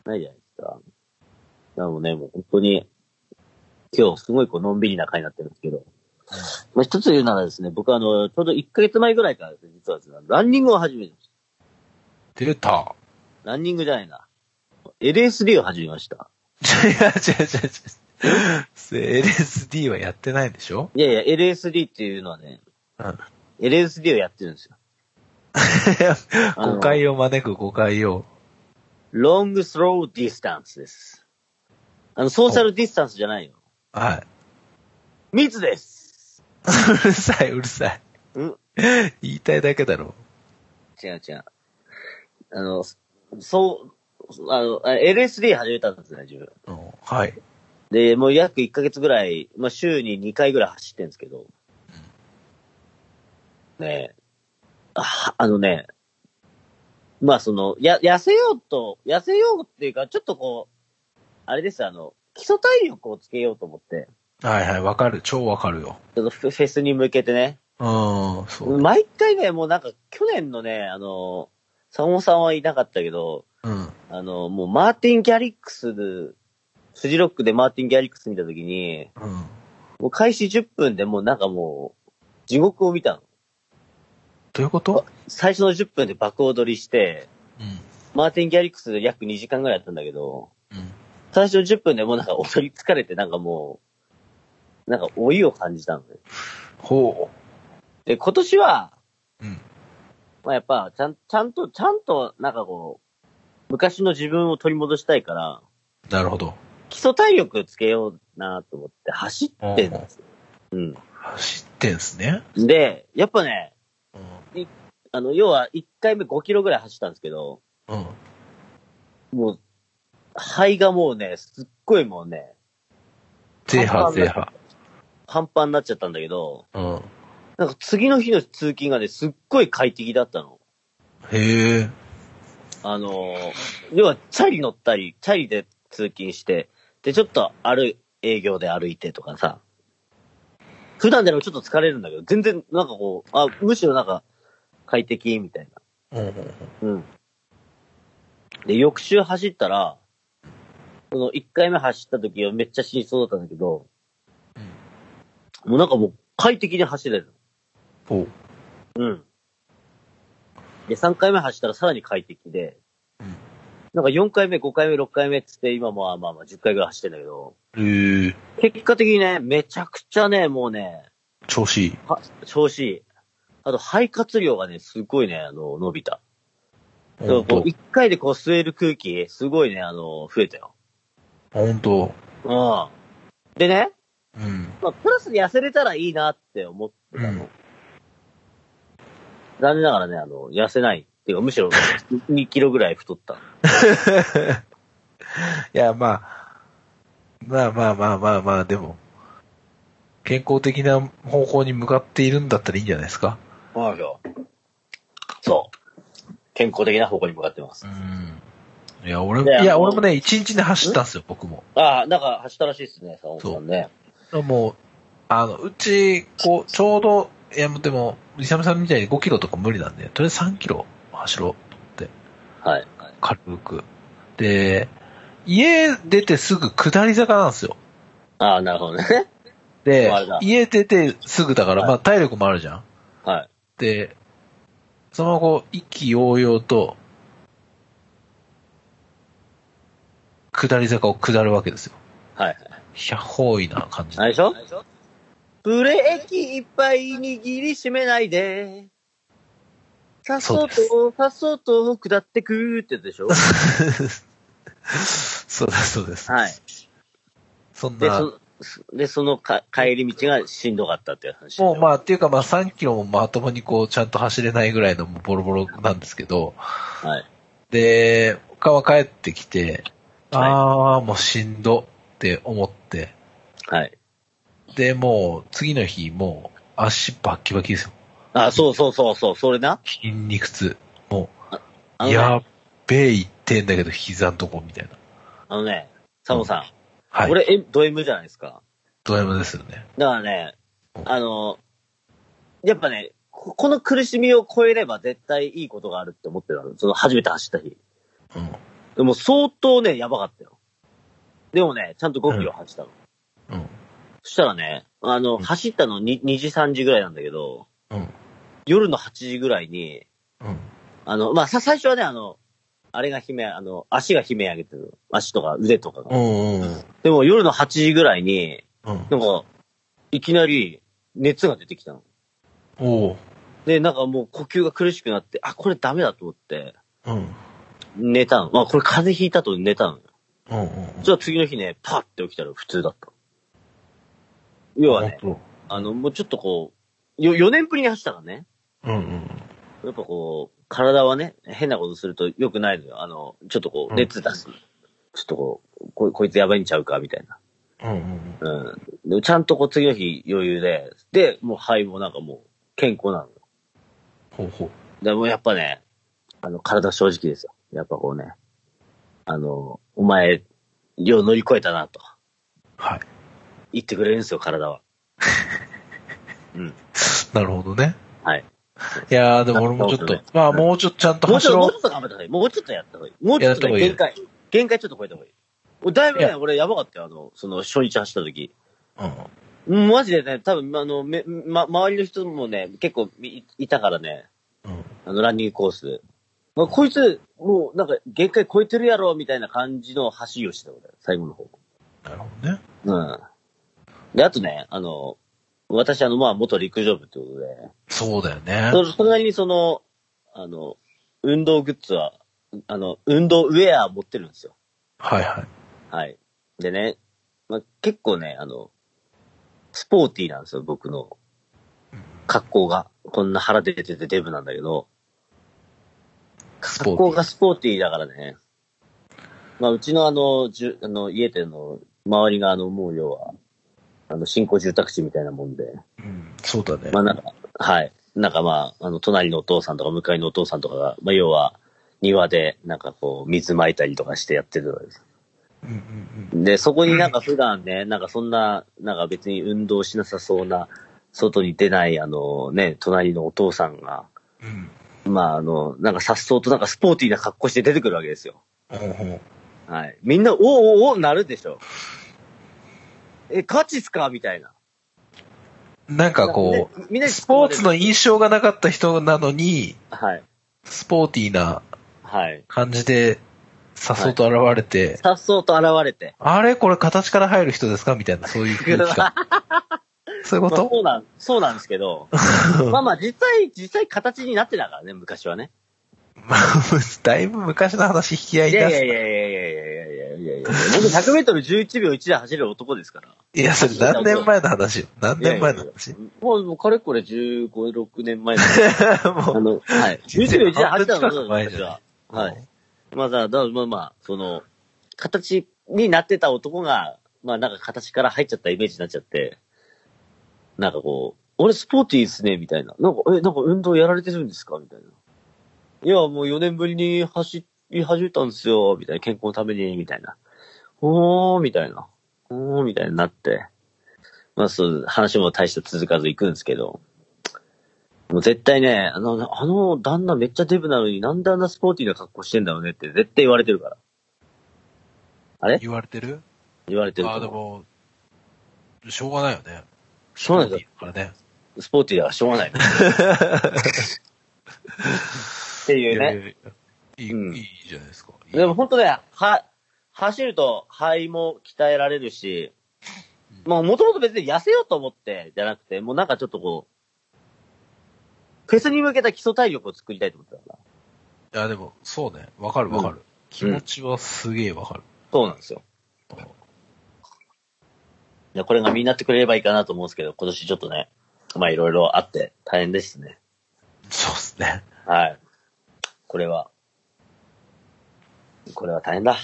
B: ないじゃないですか。なのでね、もう本当に、今日すごいこう、のんびりな回になってるんですけど、まあ、一つ言うならですね、僕はあの、ちょうど1ヶ月前ぐらいからですね、実はですね、ランニングを始めてました。
A: 出た。
B: ランニングじゃないな。LSD を始めました。
A: 違う違う違う違う。それ LSD はやってないでしょ
B: いやいや、LSD っていうのはね、
A: うん
B: LSD をやってるんですよ。あの
A: 誤解を招く誤解を。
B: ロングスローディスタンスです。あの、ソーシャルディスタンスじゃないよ。
A: はい。
B: 密です。
A: うるさい、うるさい。
B: うん
A: 言いたいだけだろ。
B: 違う違う。あの、そう、あの、あ LSD 始めたんですね、自分。
A: うんはい。
B: で、もう約1ヶ月ぐらい、まあ、週に2回ぐらい走ってるんですけど、ねえ、ああのね、まあその、や、痩せようと、痩せようっていうか、ちょっとこう、あれです、あの、基礎体力をつけようと思って、
A: はいはい、わかる。超わかるよ。
B: ちょっとフェフェスに向けてね、
A: うん、そう。
B: 毎回ね、もうなんか去年のね、あの、サモさんはいなかったけど、
A: うん。
B: あの、もうマーティン・ギャリックスで、スジロックでマーティン・ギャリックス見たときに、
A: うん。
B: もう開始10分でもうなんかもう、地獄を見たの。
A: どういうこと
B: 最初の10分で爆踊りして、
A: うん。
B: マーティン・ギャリックスで約2時間ぐらいやったんだけど、
A: うん。
B: 最初の10分でもうなんか踊り疲れてなんかもう、なんか老いを感じたのね。
A: ほ
B: で、今年は、
A: う。うん。
B: まあやっぱ、ちゃん、ちゃんと、ちゃんと、なんかこう、昔の自分を取り戻したいから、
A: なるほど。
B: 基礎体力つけようなと思って走ってんですよ。うん。
A: 走ってんすね。
B: で、やっぱね、
A: う
B: あの、要は1回目5キロぐらい走ったんですけど、
A: ん。うん。
B: もう、肺がもうね、すっごいもうね、
A: ゼーハーゼーハ
B: パンパンになっちゃったんだけど、
A: ー。うん。
B: なんか次の日の通勤がね、すっごい快適だったの。
A: へえ。
B: あのー、要はチャリ乗ったり、チャリで通勤して、で、ちょっと歩い、営業で歩いてとかさ、普段でもちょっと疲れるんだけど、全然なんかこう、あ、むしろなんか快適みたいな。
A: うんうんうん。
B: うん。で、翌週走ったら、その1回目走った時はめっちゃ死にそうだったんだけど、もうなんかもう快適に走れる。
A: ほう。
B: うん。で、3回目走ったらさらに快適で、
A: うん
B: なんか4回目、5回目、6回目っつって今もまあまあまあ10回ぐらい走ってんだけど、
A: へえ。
B: 結果的にね、めちゃくちゃね、もうね、
A: 調子いい。
B: は調子いい。あと、肺活量がね、すごいね、あの、伸びた。だから
A: ほん
B: こう
A: と。
B: 1回でこう吸える空気、すごいね、あの、増えたよ。
A: ほんと。
B: うん。でね、
A: うん。
B: まあ、プラスで痩せれたらいいなって思ってたの。
A: うん
B: 残念ながらね、あの、痩せない。っていうか、むしろ2キロぐらい太った。
A: いや、まあ、まあまあまあまあまあ、でも、健康的な方向に向かっているんだったらいいんじゃないですか。
B: そうそう。健康的な方向に向かってます。
A: ん。いや、俺
B: いや
A: も、いや、
B: もう
A: 俺もね、一日で走ったんですよ、僕も。
B: ああ、なんか走ったらしいですね、坂本さんね。
A: もう、あの、うち、こう、ちょうど、いや、でも、リサムさんみたいに5キロとか無理なんで、とりあえず3キロ走ろう、
B: はい。
A: 軽く。で、家出てすぐ下り坂なんですよ。
B: ああ、なるほどね。
A: で
B: あれだ、
A: 家出てすぐだから、
B: はい
A: まあ体力もあるじゃん。
B: はい。
A: で、その後、意気揚々と、下り坂を下るわけですよ。
B: はい。
A: 百方位な感じ
B: あ
A: で。
B: れでしょブレーキいっぱい握りしめないで。さっ
A: そ
B: そうう
A: です
B: と、さっそうと下ってくってやつでし ょ
A: そうです、そうです。
B: はい。
A: そん
B: で、
A: な、
B: そでそのか帰り道がしんどかったっていう話。
A: もうまあ、っていうかまあ3キロもまともにこう、ちゃんと走れないぐらいのもうボロボロなんですけど、
B: あ。はい。
A: で、他は帰ってきて、あー、もうしんどって思って、
B: はい。
A: で、もう次の日、もう足バッキバキですよ。
B: あ、そうそうそうそう、それな。
A: 筋肉痛。もう、
B: あのね、
A: やっべえ言ってんだけど、膝んとこみたいな。
B: あのね、サモさん、
A: はい。
B: 俺、えド M じゃないですか。
A: ド M ですよね。
B: だからね、あの、やっぱね、ここの苦しみを超えれば絶対いいことがあるって思ってたの。その初めて走った日。
A: うん。
B: でも相当ね、やばかったよ。でもね、ちゃんと5キロ走ったの。
A: うん。
B: そしたらね、あの、
A: うん
B: 走ったの 2, 2時3時ぐらいなんだけど、
A: うん。
B: 夜の8時ぐらいに、
A: うん。
B: あの、まあ、さ、最初はね、あの、あれが悲鳴、あの、足が悲鳴上げてる。足とか腕とかが。
A: うん。うん。
B: でも夜の8時ぐらいに、
A: うん。
B: なんか、いきなり熱が出てきたの。
A: おう。
B: で、なんかもう呼吸が苦しくなって、あ、これダメだと思って、
A: うん。うん。
B: 寝たの。まあ、これ風邪ひいたと寝たの。
A: うん。
B: そしたら次の日ね、パッて起きたら普通だった。要はね、
A: うん。
B: あの、もうちょっとこう、よ4年ぶりに走ったからね。
A: うん。うん。
B: やっぱこう、体はね、変なことすると良くないのよ。あの、ちょっとこ
A: う
B: う、
A: ん
B: 熱出す。ちょっとこう、ここいつやばいんちゃうか、みたいな。
A: うん。
B: うん。でもちゃんとこう、次の日余裕で、で、もう肺もなんかもう、健康なのよ。
A: ほうほう。
B: でもやっぱね、あの、体は正直ですよ。やっぱこうね、あの、お前、よう乗り越えたな、と。
A: はい。
B: 言ってくれるんですよ、体は。うん。
A: なるほどね。
B: はい。
A: いやー、でも俺もちょっ
B: な
A: と
B: るほ、
A: まあもうちょっとちゃんと
B: もうち
A: 走
B: ょっと、も
A: ろう
B: うちょ。っと頑張った方がいい。もうちょっとやった方がいい。もうちょっと、ね、
A: やっ
B: 限
A: た
B: 界。限界ちょっと超えた方がいい。俺だいぶ
A: い
B: ね、
A: や
B: 俺やばかったよ、あの、その初日走った時。
A: うん。
B: うんマジでね、多分、あの、め、ま、周りの人もね、結構いいたからね、
A: うん。
B: あの、ランニングコース。まあ、こいつ、もう、なんか、限界超えてるやろ、みたいな感じの走りをしてた、俺、最後の方。
A: なるほどね。
B: うん。で、あとね、あの、私、あの、まあ、元陸上部ってことで、
A: そうだよね。
B: そそんなにその、あの、運動グッズは、あの、運動ウェア持ってるんですよ。
A: はいはい。
B: はい。でね、まあ、結構ね、あの、スポーティーなんですよ、僕の格好が。こんな腹出ててデブなんだけど、
A: ス
B: 格好がスポーティーだからね。まあ、うちのあの、じゅあの家での周りがあの、もう要は、あの、新興住宅地みたいなもんで、
A: うん。そうだね。
B: まあなんか、はい。なんかまあ、あの、隣のお父さんとか、向かいのお父さんとかが、まあ要は、庭で、なんかこう、水まいたりとかしてやってるわけです。
A: うんうん
B: で、そこになんか普 段ね、なんかそんな、なんか別に運動しなさそうな、外に出ない、あのね、隣のお父さんが、
A: うん。うん。
B: まああの、なんか颯爽となんかスポーティーな格好して出てくるわけですよ。
A: ほうほう。
B: はい。みんな、おおおおなるでしょ。え、ガチっすかみたいな。
A: なんかこ
B: う、みん
A: う、
B: な
A: スポーツの印象がなかった人なのに、
B: はい。
A: スポーティーな
B: はい。
A: 感じで、さっそうと現れて、
B: 颯爽と現れて、
A: あれこれ形から入る人ですかみたいな、そういう空気 感。そういうこ
B: まあ、
A: と
B: そうなん、そうなんですけど、まあまあ実際、実際形になってたからね、昔はね。
A: まあ だいぶ昔の話引き合い
B: いやい
A: 出
B: や
A: す。
B: いやいやいやいやいやいやいや僕100メートル11秒1で走れる男ですから。
A: いや、それ何年前の話よ。何年前の
B: い
A: 話
B: やい。やいやもう、もうかれこれ15、6年前の。あ
A: も
B: の、はい。11秒1で走ったの、
A: 半分近く前じゃ
B: 私
A: な
B: は。
A: う、
B: はい。まあさ、だからまあまあ、その、形になってた男が、まあなんか形から入っちゃったイメージになっちゃって、なんかこう、俺スポーティーですね、みたいな。なんか、え、なんか運動やられてるんですかみたいな。いや、もう4年ぶりに走り始めたんですよ、みたいな。健康のために、みたいな。おー、みたいな。おー、みたいになって。まあそう、話も大して続かず行くんですけど。もう絶対ね、あの、あの旦那めっちゃデブなのになんであんなスポーティーな格好してんだろうねって絶対言われてるから。
A: 言われてる
B: 言われてる
A: あ
B: と
A: あ、で
B: 思う。
A: も、しょうがないよね。
B: そうなんです
A: よ。からね。
B: スポーティーだからしょう がない。っていうね。
A: いい、
B: うん
A: いいじゃないですか。いい
B: でも、本当ね、は、走ると肺も鍛えられるし、もう元々別に痩せようと思ってじゃなくて、もうなんかちょっとこう、フェスに向けた基礎体力を作りたいと思ってたから。
A: いや、でも、そうね。わかるわかる、気持ちはすげえわかる。
B: そうなんですよ。いや、これが身になってくれればいいかなと思うんですけど、今年ちょっとね、まあいろいろあって大変ですね。
A: そうっすね。
B: はい。これは、これは大変だ。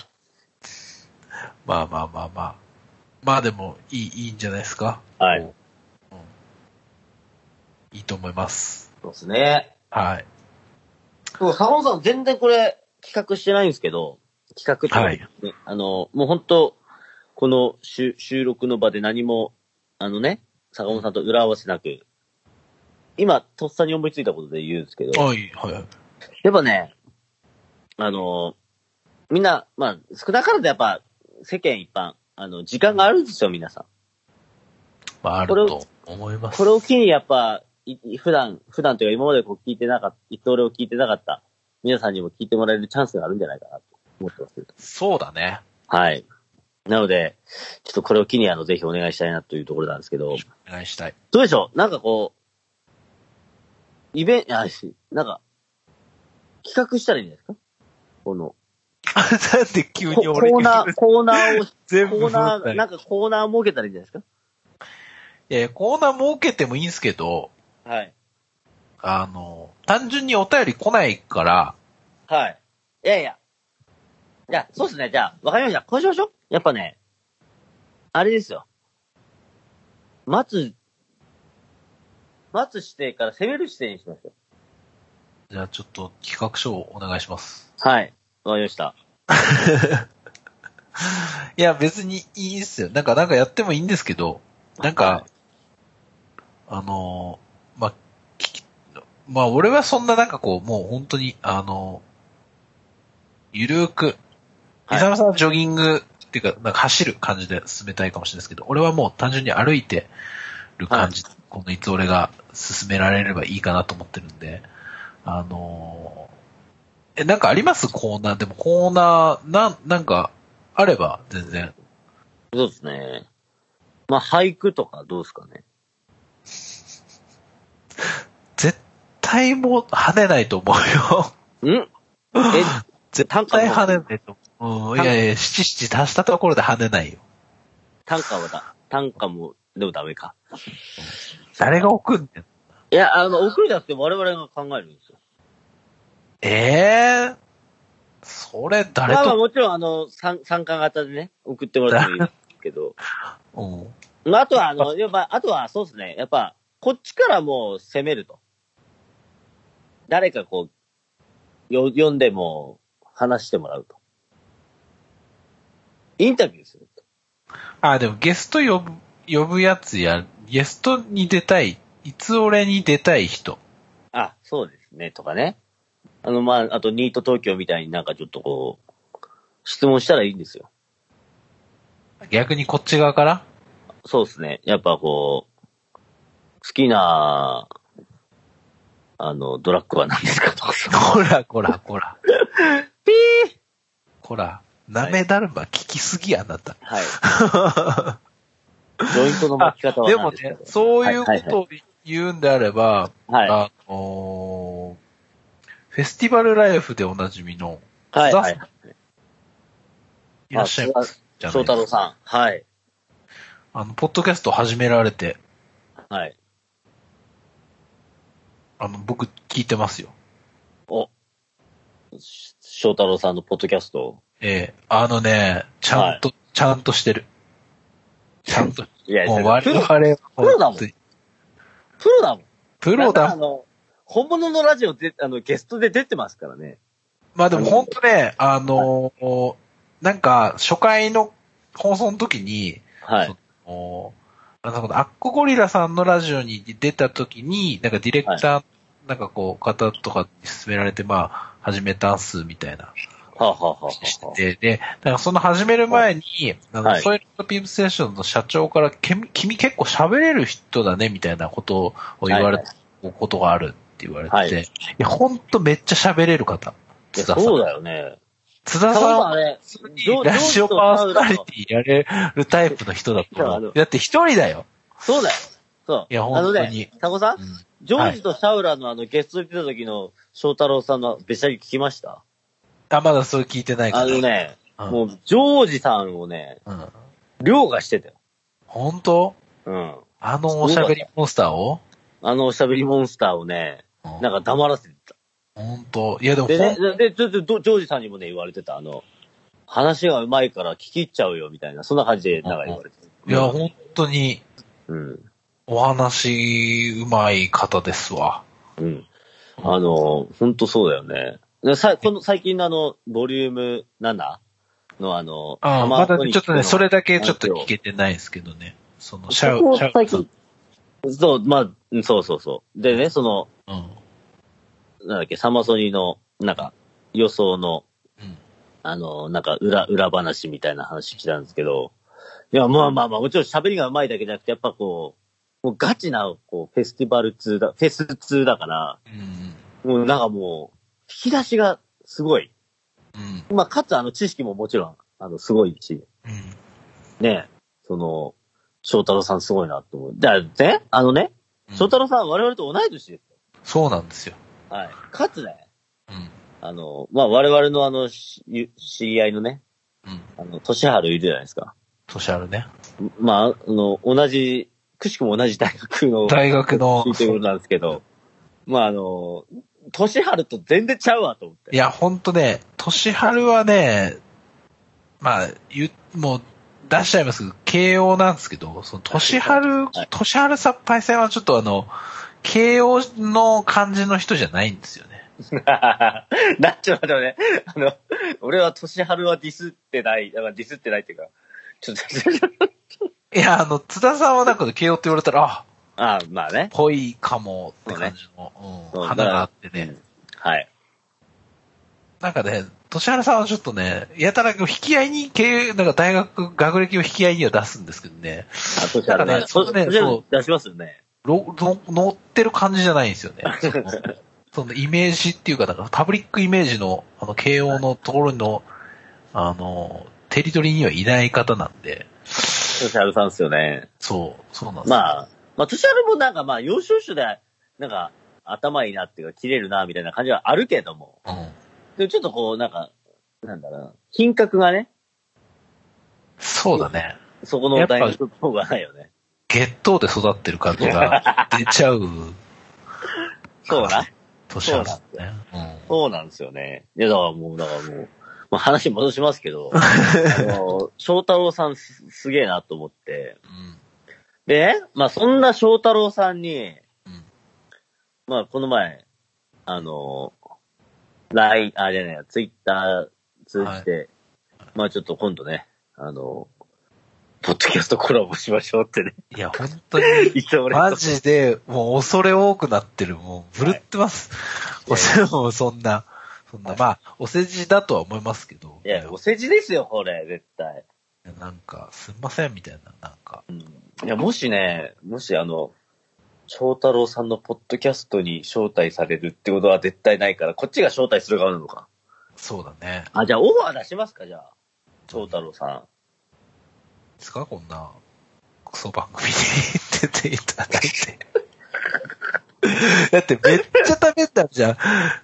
A: まあまあまあまあ。まあでも、いい、いいんじゃないですか。
B: はい
A: こううんいいと思います。
B: そうですね。
A: はい。
B: そう、坂本さん全然これ企画してないんですけど、企画っていうかね、あの、もう本当この収収録の場で何も、あのね、坂本さんと裏合わせなく、今、とっさに思いついたことで言うんですけど、
A: はい、はい。
B: やっぱね、あの、みんな、まあ、少なからずやっぱ、世間一般、あの、時間があるんですよ、皆さん。
A: まあ、ある
B: これを
A: と思います。
B: これを機にやっぱ、いい普段、普段というか今までこう聞いてなかった、一通りを聞いてなかった、皆さんにも聞いてもらえるチャンスがあるんじゃないかなと思ってます。
A: そうだね。
B: はい。なので、ちょっとこれを機にあの、ぜひお願いしたいなというところなんですけど、
A: お願いしたい。
B: どうでしょうなんかこう、イベント、あ、しなんか、企画したらいいんじゃないですかこの、
A: なんで急
B: コ
A: に俺に
B: コーナー、コーナーを、
A: 全部
B: コーナ
A: 振った
B: ー、
A: り
B: なんかコーナー設けたらいいんじゃないです
A: いやいや、コーナー設けてもいいんですけど、
B: かはい。
A: あの、単純にお便り来ないから、
B: はい。いやいや。いや、そうっすね。じゃあ、わかりました。こうしましょう。やっぱね、あれですよ。待つ、待つ姿勢から攻める姿勢にしましょう。
A: じゃあちょっと企画書をお願いします。
B: はい。わかりました。
A: いや、別にいいっすよ。なんか、なんかやってもいいんですけど、なん
B: は
A: か
B: い、
A: あの、まあ、聞き、まあ、俺はそんななんかこう、もう本当に、あの、ゆるーく、
B: は
A: 伊
B: い
A: 沢さんはジョギングっていうか、なんか走る感じで進めたいかもしれないですけど、俺はもう単純に歩いてる感じ、このいつ俺が進められればいいかなと思ってるんで、あのーえ、なんかありますコーナー。でもコーナー、なん、なんか、あれば全然。
B: そうですね。まあ、俳句とかどうですかね。
A: 絶対もう跳ねないと思うよ。
B: んえ、
A: 絶
B: 短歌
A: 対
B: の
A: 跳
B: 方
A: ねないと思う。うん、いやいや、七七足したところで跳ねないよ。
B: 短歌はだ、短歌も、でもダメか。
A: 誰が送んねん。
B: いや、あの、送るじゃなくて我々が考えるんですよ。
A: ええそれ誰
B: まあまあ
A: と、
B: もちろん、あの、参参加型でね、送ってもらってもいいですけど。
A: うん、
B: まあ、あとは、あの、やっぱ、あとは、そうですね。やっぱ、こっちからもう攻めると。誰かこう、よ、読んでも、話してもらうと。インタビューすると。
A: あ、でもゲスト呼ぶ、呼ぶやつや、ゲストに出たい、いつ俺に出たい人。
B: あ、そうですね、とかね。あの、まあ、あと、ニート東京みたいになんかちょっとこう、質問したらいいんですよ。
A: 逆にこっち側から
B: そうですね。やっぱこう、好きな、あの、ドラッグは何ですかとか。
A: こ らこらこら。
B: ピー
A: こら、なめだるま聞きすぎやあなた。
B: はい。 ジョイントの巻き方は
A: で
B: 何
A: も
B: ですか
A: ね、そういう
B: は
A: こ
B: いはい
A: とを言うんであれば、
B: はい。はい。
A: あのーフェスティバルライフでおなじみの、
B: は
A: 津
B: い。
A: 田
B: は
A: さん
B: い。
A: いらっしゃいますじゃない
B: 翔太郎さん。はい。
A: あの、ポッドキャスト始められて、
B: はい。
A: あの、僕聞いてますよ。
B: お。し翔太郎さんのポッドキャスト。
A: ええあのね、ちゃんと、ちゃんとしてる。ちゃん と。
B: いや、
A: もう
B: そ
A: 我
B: れ
A: 々
B: プロ
A: は
B: ロだ
A: 本
B: もん
A: 当に
B: プロだもん。
A: プロ
B: なんならあ
A: だ。
B: の、本物のラジオで、あの、ゲストで出てますからね。
A: まあでも本当ね、あのーなんか、初回の放送の時に、
B: はい。
A: おなんかこのアッコゴリラさんのラジオに出た時に、なんかディレクター、なんかこう、方とかに勧められて、まあ、始めたんす、みたいな、
B: はあ、はあはあは
A: して
B: あ、
A: て、で、なんかその始める前に、あの、
B: はい
A: ソイルピープステーションの社長から、け君結構喋れる人だね、みたいなことを言われたことがあるって言われて、
B: はい
A: い、や、ほんとめっちゃ喋れる方。
B: いや
A: 津田さ。
B: そうんだよね。
A: 津
B: た
A: 田さ
B: ま
A: んは
B: たまあれ、
A: 普通にラジオパーソナリティやれるタイプの人だと思う。だって一人だよ。
B: そうだよ。そう。
A: いや本当に
B: あのね、タコさん、ジョージとシャウラーのあの、ゲストで出た時の翔太郎さんのべしゃり聞きました
A: あ、まだそれ聞いてないか
B: あ
A: ら。
B: のね、
A: うん
B: もう、ジョージさんをね、
A: うん。
B: 凌駕してたよ。
A: 本当
B: うん。
A: あのおしゃべりモンスターを
B: あのおしゃべりモンスターをね、なんか黙らせてた。
A: 本当いやでも
B: で
A: ほん、
B: ね、で、ちょっとどジョージさんにもね、言われてた。あの、話が上手いから聞き入っちゃうよ、みたいな。そんな感じで、なんか言われてた。
A: いや、本当に
B: うん。
A: お話うまい方ですわ。
B: うん。あの、ほんとそうだよね。でさこの最近のあの、ボリューム7のあの、
A: あまだねちょっとね、それだけちょっと
B: なんですよ
A: 聞けてないですけどね。その、シ
B: シ
A: ャ
B: ャ
A: ウ、
B: ウ、
A: シ
B: シ
A: ャウさ
B: ャ
A: ん
B: ウ。そう、まあ、うんそうそうそう。でね、その、
A: うん。
B: なんだっけ、サマソニの、なんか、予想の、
A: うん。
B: あの、なんか、裏、裏話みたいな話来たんですけど、いや、まあまあまあ、もちろん喋りが上手いだけじゃなくて、やっぱこう、もうガチな、こう、フェスティバル通だ、フェス通だから、
A: うん。
B: もうなんかもう、引き出しがすごい。
A: うん。
B: まあ、かつあの、知識ももちろん、あの、すごいし、
A: うん。
B: ね、その、翔太郎さんすごいなと思う。だからね、あのね、翔太郎さんは我々と同い年ですよ。
A: そうなんですよ。
B: はい。かつね、
A: うん。
B: あの、まあ、我々のあの、し知り合いのね、
A: うん。
B: あの、年春いるじゃないですか。
A: 年あるね。
B: まあ、あの、同じ、くしくも同じ大学の、
A: 大学の
B: と、いうことなんですけど、まあ、あの、年春と全然ちゃうわと思って。
A: いや、ほんとね、年春はね、まあ、言う、もう、出しちゃいますけど、慶応なんですけど、その、年春、
B: はい
A: 年春さっぱい戦はちょっとあの、慶応の感じの人じゃないんですよね。
B: なっちゃう、なっちゃうね。あの、俺は年春はディスってない、だからディスってないっていうか、ちょっと、
A: いや、あの、津田さんはなんか慶応って言われたら、あ、
B: あまあね。
A: ぽいかもって感じの、
B: そ
A: う
B: う
A: ん、
B: ね
A: 花があってね。
B: はい。
A: なんかね、年原さんはちょっとね、やたら引き合いに、経営、なんか大学、学歴を引き合いには出すんですけどね、
B: あ、年春
A: だから
B: ね
A: ね。そうね
B: とりあえず
A: そう
B: 出しますよね。
A: ろろ乗ってる感じじゃないんです よね。そのそのイメージっていうか、なんかパブリックイメージの、あの、慶応のところの、あの、テリトリーにはいない方なんで、
B: 年春さんですよね。
A: そう、そうなんですよ
B: まあ、まあ、年春もなんかまあ、要所要所で、なんか、頭いいなっていうか、切れるな、みたいな感じはあるけども。
A: うん。
B: でもちょっとこう、なんか、なんだろうな、品格がね、
A: そうだね。
B: そこの
A: やっぱ
B: 大学の方がないよね。
A: 月頭で育ってる感じ が出ちゃう、
B: そうな。
A: 年原さんね。うん
B: そうなんですよね。いや、だからもう、だからもう、まあ、話戻しますけど、あの、翔太郎さんすすげえなと思って。
A: うん。
B: でね、まあ、そんな翔太郎さんに、
A: うん
B: まあ、この前、あの、LINE、あ、じゃないや、ツイッター通じて、まあちょっと今度ね、あの、ポッドキャストコラボしましょうってね、
A: いや、本当に、
B: いつ俺と
A: マジで、もう恐れ多くなってる。もう、ぶるってます。
B: はい
A: 恐れもそんな、そんな、
B: はい
A: まあ、お世辞だとは思いますけど。
B: いや、お世辞ですよ、これ、絶対。
A: なんか、すんません、みたいな、なんか。
B: いや、もしね、もしあの、翔太郎さんのポッドキャストに招待されるってことは絶対ないから、こっちが招待する側なのか。
A: そうだね。
B: あ、じゃあオファー出しますか、じゃあ。翔太郎さん。
A: ですかこんな、クソ番組に出ていただいて。だってめっちゃ食べたじゃん。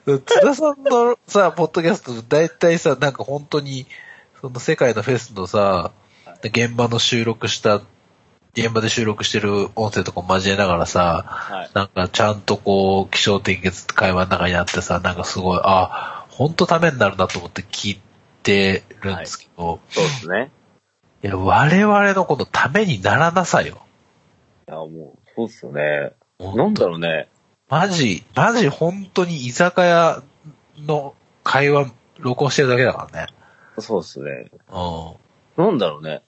A: 津田さんのさ、ポッドキャスト、だいたいさ、なんか本当に、その世界のフェスのさ、現場の収録した、現場で収録してる音声とかも交えながらさ、
B: はい。
A: なんかちゃんとこう、気象点結って会話の中にあってさ、なんかすごい、あ、本当ためになるなと思って聞いてるんですけど、
B: そうですね。
A: いや、我々のこのためにならなさいよ。
B: いや、もう、そうっすよね。な
A: ほ
B: ん
A: んと
B: だろうね。
A: マジ、マジ本当に居酒屋の会話、録音してるだけだからね。
B: そうっすね。
A: う
B: なんだろうね。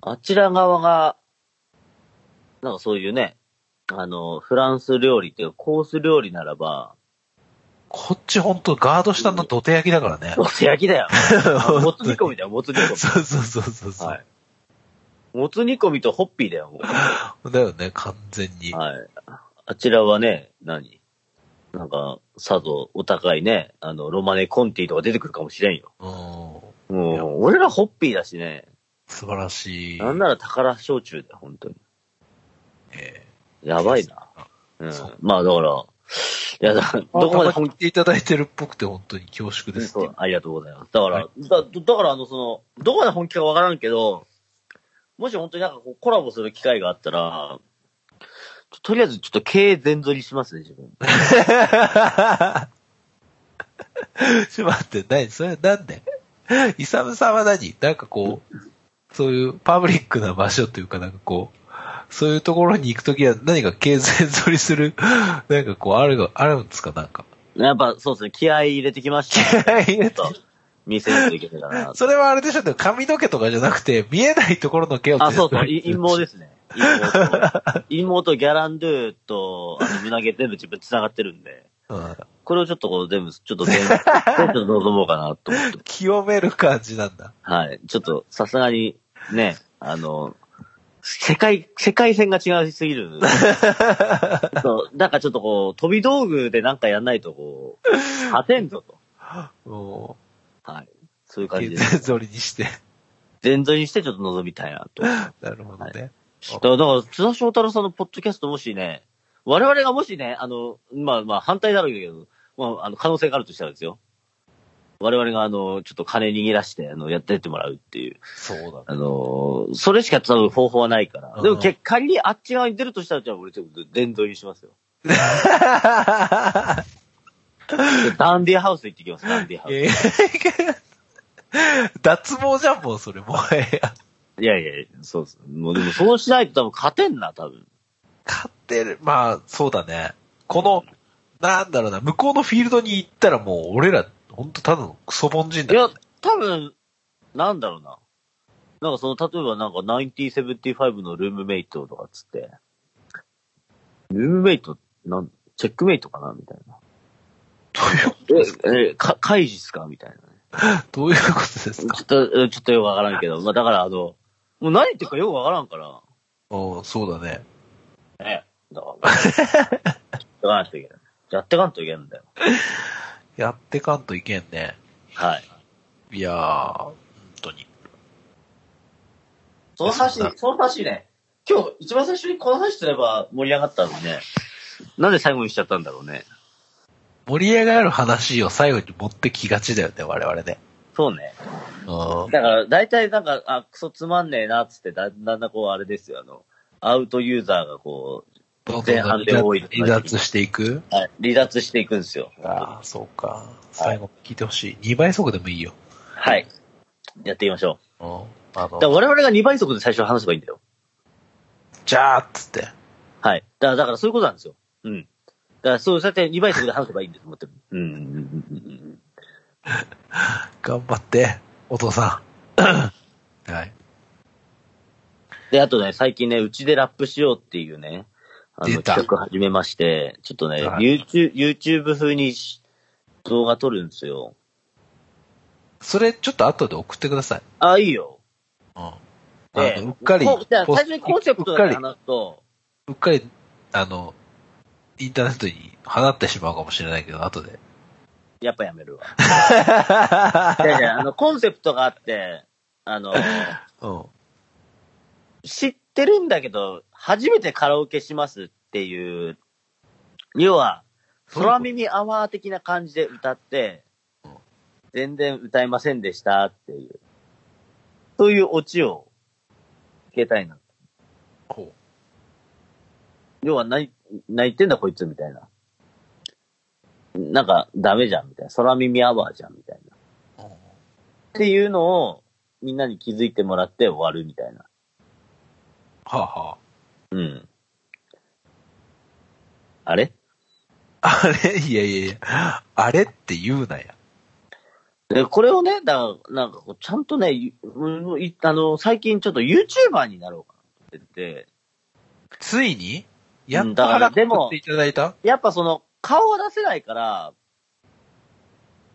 B: あちら側が、なんかそういうね、あの、フランス料理っていうかコース料理ならば、
A: ん。こっち本当ガード下の土手焼きだからね。
B: もつ焼きだよ。あもつ煮込みだよ、もつ煮 込
A: そうそうそうそう
B: み。
A: そう、
B: はい。もつ煮込みとホッピーだよ、も
A: だよね、完全に。
B: う。はい。あちらはね、何なんか、さぞお高いね、あの、ロマネ・コンティとか出てくるかもしれんよ。
A: うん。
B: もう、俺らホッピーだしね、
A: 素晴らしい。
B: なんなら宝焼酎だよ、本当に。
A: え
B: やばいな。うん。まあだから、いや、だからど
A: ー、ど
B: こ
A: こ
B: ま
A: ま
B: で
A: で
B: 本
A: 本気でいただいてるっぽくて本当に恐縮
B: 気
A: です、
B: そうありがとうございます。だから、
A: はい
B: だだからあの、その、どこまで本気かわからんけど、もし本当になんかこうコラボする機会があったら、ととりあえずちょっと経営全取りしますね、自分。
A: ちょっと待って、何それなんでイサムさんは何なんかこう、そういうパブリックな場所というかなんかこう、そういうところに行くときは何か経済取りする、 なんかこう、あるが、あるんですかなんか。。
B: やっぱそうですね、気合い入れてきました。ちょっと、見せないといけないかな
A: それはあれでしょでも髪の毛とかじゃなくて、見えないところの毛を
B: あ、そうそう、い陰謀ですね。妹妹ギャランドゥと、あの、胸毛全部自分繋がってるんで、
A: うん。
B: これをちょっとこう全部、ちょっと全部、ちょっと望もうかなと思って。
A: 清める感じなんだ。
B: はい。ちょっと、さすがに、ね、あの、世界、世界線が違いすぎる。そう、なんかちょっとこう、飛び道具でなんかやんないとこう、勝てんぞと。
A: も
B: はい。そういう
A: う、
B: 感じ
A: 健
B: で。
A: 全ぞりにして。
B: 全然にしてちょっと望みたいなと。
A: なるほどね。
B: だから、だから津田翔太郎さんのポッドキャストもしね、我々がもしね、あの、まあまあ反対だろうけど、まあ、あの、可能性があるとしたらですよ。我々があの、ちょっと金握らして、あの、やってってもらうっていう。
A: そう
B: あのーそれしか多分方法はないから。で
A: う
B: も
A: ん
B: 結果にあっち側に出るとしたら、じゃあ俺ちょっと殿堂入りしますよ。
A: だね。
B: ダンディハウス行ってきます、ダンディハウ
A: えー 脱毛じゃん、もうそれ、もはや。
B: ス。いやいやいや、そうです。もうでもそうしないと多分勝てんな、多分。
A: 買ってる。まあ、そうだね。この、なんだろうな、向こうのフィールドに行ったらもう、俺ら、ほんとただのクソ凡人
B: い
A: だ。
B: や、多分、なんだろうな。なんかその、例えばなんか9075のルームメイトとかっつって、ルームメイト、なん、チェックメイトかなみたいな。
A: どういう、
B: え、え、か、開示っすかみたいなね。
A: どういうことですか
B: ちょっと、えちょっとよくわからんけど、まあだからあの、もう何言ってるかよくわからんから、
A: うん、そうだね。
B: ねえ。だから、やってかないといけない。やってかんといけないんだよ。
A: やってかんといけんね。
B: はい。
A: いやー、本当に。
B: その話、その話ね、今日一番最初にこの話すれば盛り上がったのにね、なんで最後にしちゃったんだろうね。
A: 盛り上がる話を最後に持ってきがちだよね、我々ね。
B: そうね。
A: うん。
B: だから、大体なんか、あ、クソつまんねえな、つって、だんだんだんこう、あれですよ、あの、アウトユーザーがこう、
A: どんどん
B: 前半で多い
A: 離脱していく
B: はい離脱していくんですよ。
A: ああ、そうか。最後聞いてほしい。2倍速でもいいよ。
B: はい。やっていきましょ
A: うん。あ
B: う。だから
A: の、
B: 我々が2倍速で最初話せばいいんだよ。
A: じゃーっつって。
B: はい。だから、だからそういうことなんですよ。うん。だから、そう、そうやって2倍速で話せばいいんです、思ってる。うんうんうんうんうん。
A: 頑張って、お父さん。はい。
B: で、あとね、最近ね、うちでラップしようっていうね、あ
A: 出
B: の、
A: た
B: 企画始めまして、ちょっとね、
A: はい
B: YouTube、YouTube 風にし動画撮るんですよ。
A: それ、ちょっと後で送ってください。
B: あ、いいよ。
A: うん。あ
B: で
A: の、うっかり、
B: こうじゃあ、
A: ポ
B: 最
A: ス
B: 初にコンセプト
A: うっか
B: だけ
A: り、
B: 話すと、
A: うっかり、あの、インターネットに放ってしまうかもしれないけど、後 で。
B: やっぱやめるわ。いやいや、あの、コンセプトがあって、あの、
A: うん。
B: 知ってるんだけど、初めてカラオケしますっていう、要は、空耳アワー的な感じで歌って
A: うん、
B: 全然歌えませんでしたっていう、そういうオチをつけたいな。
A: ほ
B: 要は何、何言ってんだこいつみたいな。なんかダメじゃんみたいな。空耳アワーじゃんみたいな。っ
A: う。うん
B: ていうのをみんなに気づいてもらって終わるみたいな。
A: はあは
B: うん。あれ
A: あ。あれいやいやいや。あれって言うなや。
B: で、これをね、だからなんかこう、ちゃんとね、いうんいあの、最近ちょっと YouTuber になろうかなと思ってて、
A: ついにや
B: う
A: っ
B: んだ
A: と
B: から
A: 腹く
B: でも
A: くっていただいた
B: やっぱその、顔は出せないから、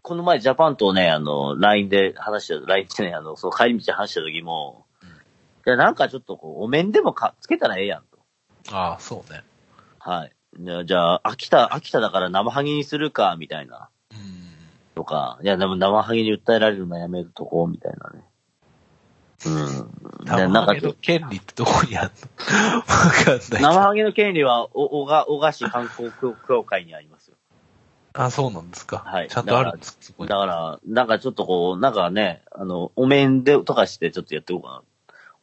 B: この前ジャパンとね、あの、LINE で話した、LINE でね、あの、その帰り道で話した時も、いや、なんかちょっとこう、お面でもか、つけたらええやんと。
A: ああ、そうね。
B: はい。じゃあじゃあ、秋田、秋田だから生ハゲにするか、みたいな。
A: うん。
B: とか、いや、でも生ハゲに訴えられるのやめるとこう、みたいなね。うん。で
A: 生
B: なん
A: ハ
B: か
A: ゲ
B: ちょっと
A: の権利ってどこにあんの わかんない。
B: 生ハゲの権利は、お、おが、おが市観光協会にあり ますよ。
A: あ、そうなんですか。
B: はい
A: ちゃんとあるんですか、そこ
B: だ
A: に。
B: から、なんかちょっとこう、なんかね、あの、お面で、とかしてちょっとやっていこうかな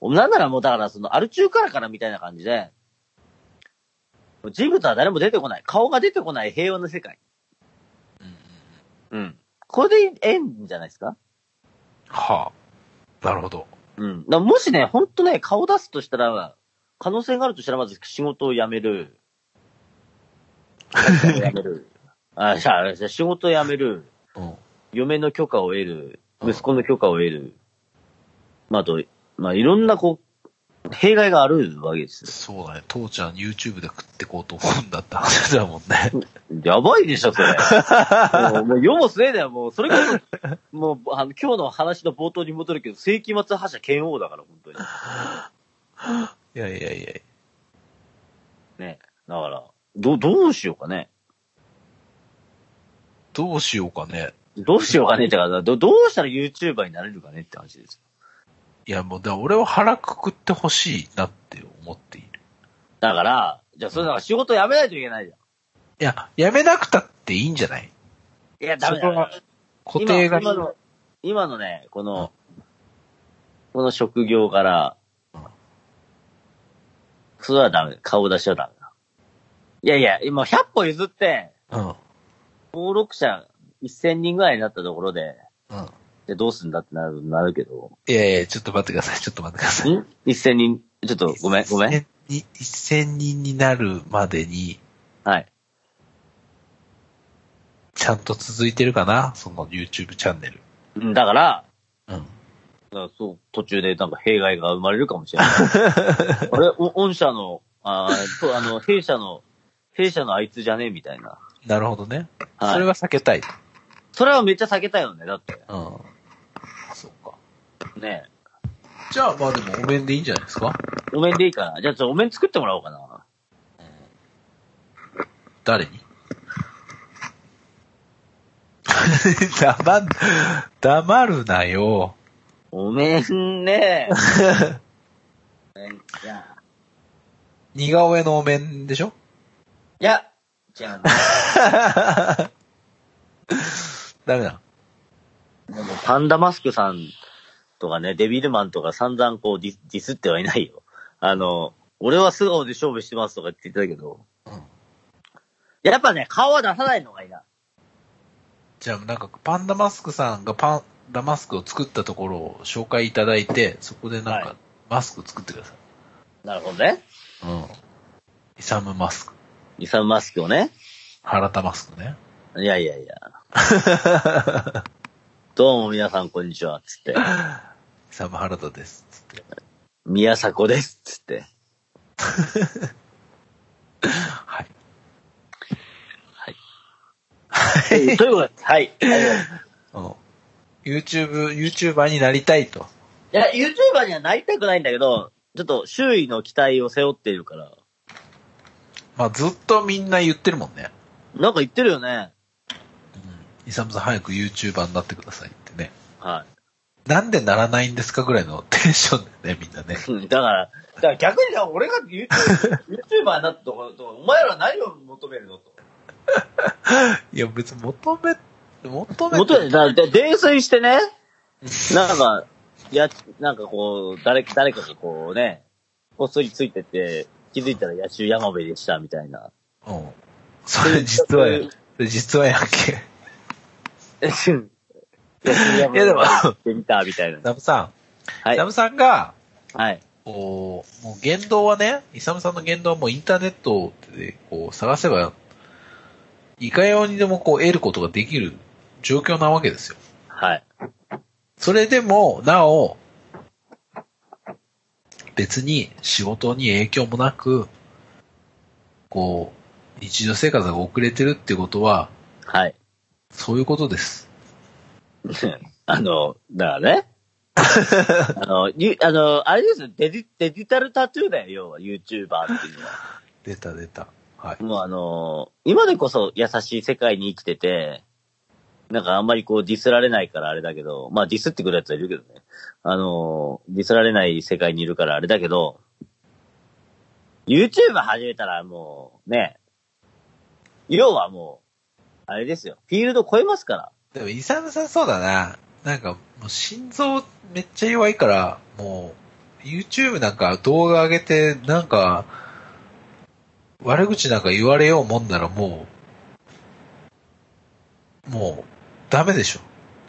B: お。なんならもう、だから、その、アル中からからみたいな感じで、人物は誰も出てこない。顔が出てこない平和な世界。
A: うんうん
B: うん。これでええんじゃないですか
A: はあ。なるほど。
B: うん。だからもしね、ほんとね、顔出すとしたら、可能性があるとしたら、まず仕事を辞める。辞める。 あ、じゃあ、じゃあ仕事を辞める。
A: うん。
B: 嫁の許可を得る、
A: うん
B: 息子の許可を得る、まあ、あと、まあ、いろんなこう、弊害があるわけですよ。
A: そうだね。父ちゃん YouTube で食ってこうと思うんだって話だもんね。
B: やばいでしょ、そ れ。もう、もう世も末だよ、もう。それこそ、もう、あの、今日の話の冒頭に戻るけど、世紀末覇者剣王だから、本当に。
A: いやいやいや。
B: ね。だから、ど、どうしようかね。
A: どうしようかね。
B: どうしようかねってか、ど、どうしたら YouTuber になれるかねって話ですよ。
A: いやもう、だから俺は腹くくってほしいなって思っている。
B: だから、じゃあ、それだから仕事辞めないといけないじゃ
A: いや、やめなくたっていいんじゃない
B: ん。いや、ダメだよ。
A: 固定が。
B: 今今の、今のね、この、この職業から、それはダメ。顔出しはダメだ。いやいや、今100歩譲って、
A: うん。うん。
B: 登録者1000人ぐらいになったところで、でどうすんだってなる、なるけど。
A: いやいや、ちょっと待ってください。ちょっと待ってください。
B: ん ?1000 人、ちょっとごめん、ごめん。
A: 1000に。1000人になるまでに、
B: はい。
A: ちゃんと続いてるかなその YouTube チャンネル。
B: うんだから、
A: うん。
B: だからそう、途中でなんか弊害が生まれるかもしれない。 あれ、お御社の、あーとあの、弊社の、弊社のあいつじゃねみたいな。
A: なるほどね。
B: はい
A: それは避けたい。
B: それはめっちゃ避けたいよね、だって。
A: うん。そうか。
B: ね
A: じゃあ、まあでも、お面でいいんじゃないですか
B: お面でいいかな。じゃあ、ちょっとお面作ってもらおうかな。
A: 誰に 黙ん、黙るなよ。
B: お 面ねお面いや、
A: 似顔絵のお面でしょ
B: いや、違うんだ。
A: ダメだ。
B: でもパンダマスクさんとかね、デビルマンとか散々こうディスディスってはいないよ。あの、俺は素顔で勝負してますとか言ってたけど。
A: うん
B: やっぱね、顔は出さないのがいいな。
A: じゃあ、なんか、パンダマスクさんがパンダマスクを作ったところを紹介いただいて、そこでなん
B: は
A: か、マスク作ってくださ
B: なるほどね。
A: い。うん。イサムマスク。
B: イサムマスクをね。
A: 原田マスクね。
B: いやいやいや。どうも皆さんこんにちは、つって。
A: イサム原田です。つって。
B: 宮迫です、つって。
A: はい。
B: ということです。はい。ありがとうございます
A: うん。YouTube、YouTuber になりたいと。
B: いや、YouTuber にはなりたくないんだけど、ちょっと周囲の期待を背負っているから、
A: まあ、ずっとみんな言ってるもんね。
B: なんか言ってるよね。
A: イサムさん早く YouTuber になってくださいってね。
B: は
A: なんでならないんですかぐらいの テンションだよね、みんなね。
B: い。だから、だから逆にさ、俺が YouTube YouTuber になったところと、お前らは何を求めるのと。
A: いや、別に求め、求め
B: 求め、だから、泥酔してね、なんか、や、なんかこう、誰、誰かがこうね、こっそりついてて、気づいたら野球山辺でした、みたいな。
A: うん。それ 実はや、
B: そういう
A: それ実はやんけ。
B: 野球山
A: いやでも
B: 行ってみた、みたいな。
A: ダムさん。
B: はい
A: ダ。ムさんが、
B: はい。
A: こう、もう言動はね、イサムさんの言動はもうインターネットでこう探せば、いかようにでもこう得ることができる状況なわけですよ。
B: はい。
A: それでも、なお、別に仕事に影響もなく、こう、日常生活が遅れてるっていうことは、
B: はい。
A: そういうことです。
B: あの、だからね。あの、ゆ、あの、あれですよ、デジ、デジタルタトゥーだよ、要は、YouTuber っていうのは。
A: 出た出た。はい。
B: もうあの、今でこそ優しい世界に生きてて、なんかあんまりこうディスられないからあれだけど、まあディスってくるやつはいるけどね。あの、ディスられない世界にいるからあれだけど、YouTuber 始めたらもうね、要はもう、あれですよ、フィールド超えますから。
A: でも、イサムさんそうだな。なんか、もう心臓めっちゃ弱いから、もう、YouTube なんか動画上げて、なんか、悪口なんか言われようもんならもう、もう、ダメでしょ。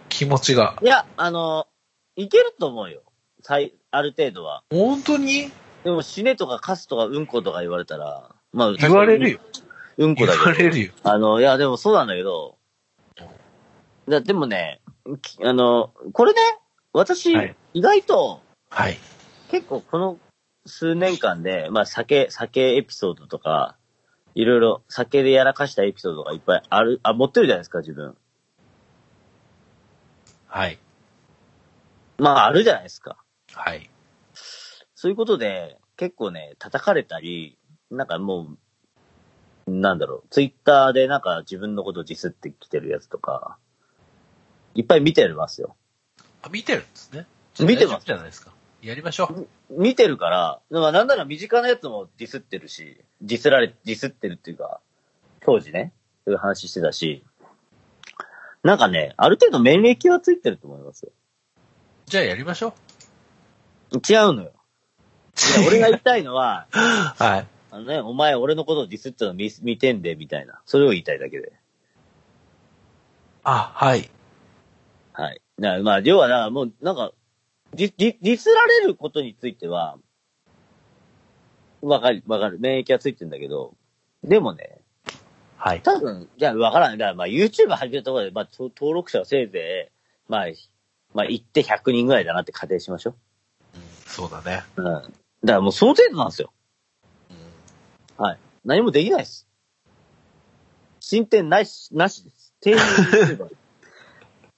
A: 気持ちが。
B: いや、あの、いけると思うよ。最、ある程度は。
A: 本当に
B: でも死ねとかカスとかうんことか言われたら、まあ、
A: 言われるよ。
B: うんこ
A: 言
B: だ
A: わ
B: けど。
A: れるよ。
B: あの、いや、でもそうなんだけど、だでもね、きあの、これね、私、
A: はい
B: 意外と、
A: はい。
B: 結構この数年間で、まあ、酒、酒エピソードとか、いろいろ酒でやらかしたエピソードがいっぱいある、あ、持ってるじゃないですか、自分。
A: はい。
B: まあ、あるじゃないですか。
A: はい。
B: そういうことで、結構ね、叩かれたり、なんかもう、なんだろう、ツイッターでなんか自分のことディスってきてるやつとか、いっぱい見てますよ。
A: あ、見てるんですね。
B: 見
A: じ
B: てます
A: ゃあ大丈夫じゃないですか。やりましょう。
B: 見てるから、まあなんなら身近なやつもディスってるし、ディスられ、ディスってるっていうか、当時ね、そういう話してたし、なんかね、ある程度免疫はついてると思いますよ。
A: じゃあやりましょう。
B: 違うのよ。いや俺が言いたいのは、
A: はい。
B: あのね、お前俺のことをディスってるの見見てんで、みたいな。それを言いたいだけで。
A: あ、はい。
B: はい。なまあ、要はな、もう、なんか、ディディディスられることについては、わかる、わかる。免疫はついてんだけど、でもね、
A: はい。
B: 多分、じゃあわからない。だからまあ YouTube 始めたところで、まあと登録者はせいぜい、まあ、まあ行って100人ぐらいだなって仮定しましょ
A: そうだね。
B: う。うん。だからもうその程度なんですよ。はい。何もできないです。進展ないし、なしです。定年 YouTuber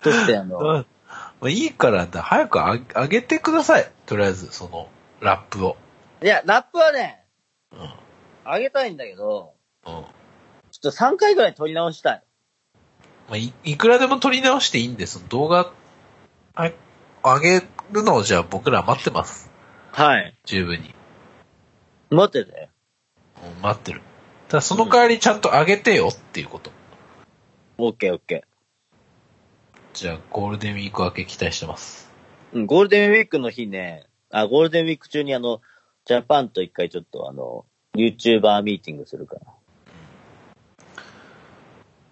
B: としてあ
A: う
B: の、
A: ん。まあ、いいからだ、早くあ上げてください。とりあえず、その、ラップを。
B: いや、ラップはね、
A: うん。
B: あげたいんだけど、
A: うん。
B: ちょっと3回ぐらい撮り直したい。
A: まあ、いいくらでも撮り直していいんです。動画、はい、上げるのをじゃあ僕ら待ってます。
B: はい。
A: 十分に。
B: 待ってて。
A: うん待ってる。ただその代わりちゃんと上げてよっていうこと。
B: オッケーオッケ
A: じゃあゴールデンウィーク明け期待してます。
B: ー。うん、ゴールデンウィークの日ね、あ、ゴールデンウィーク中にあの、ジャパンと一回ちょっとあの、YouTuber ミーティングするから。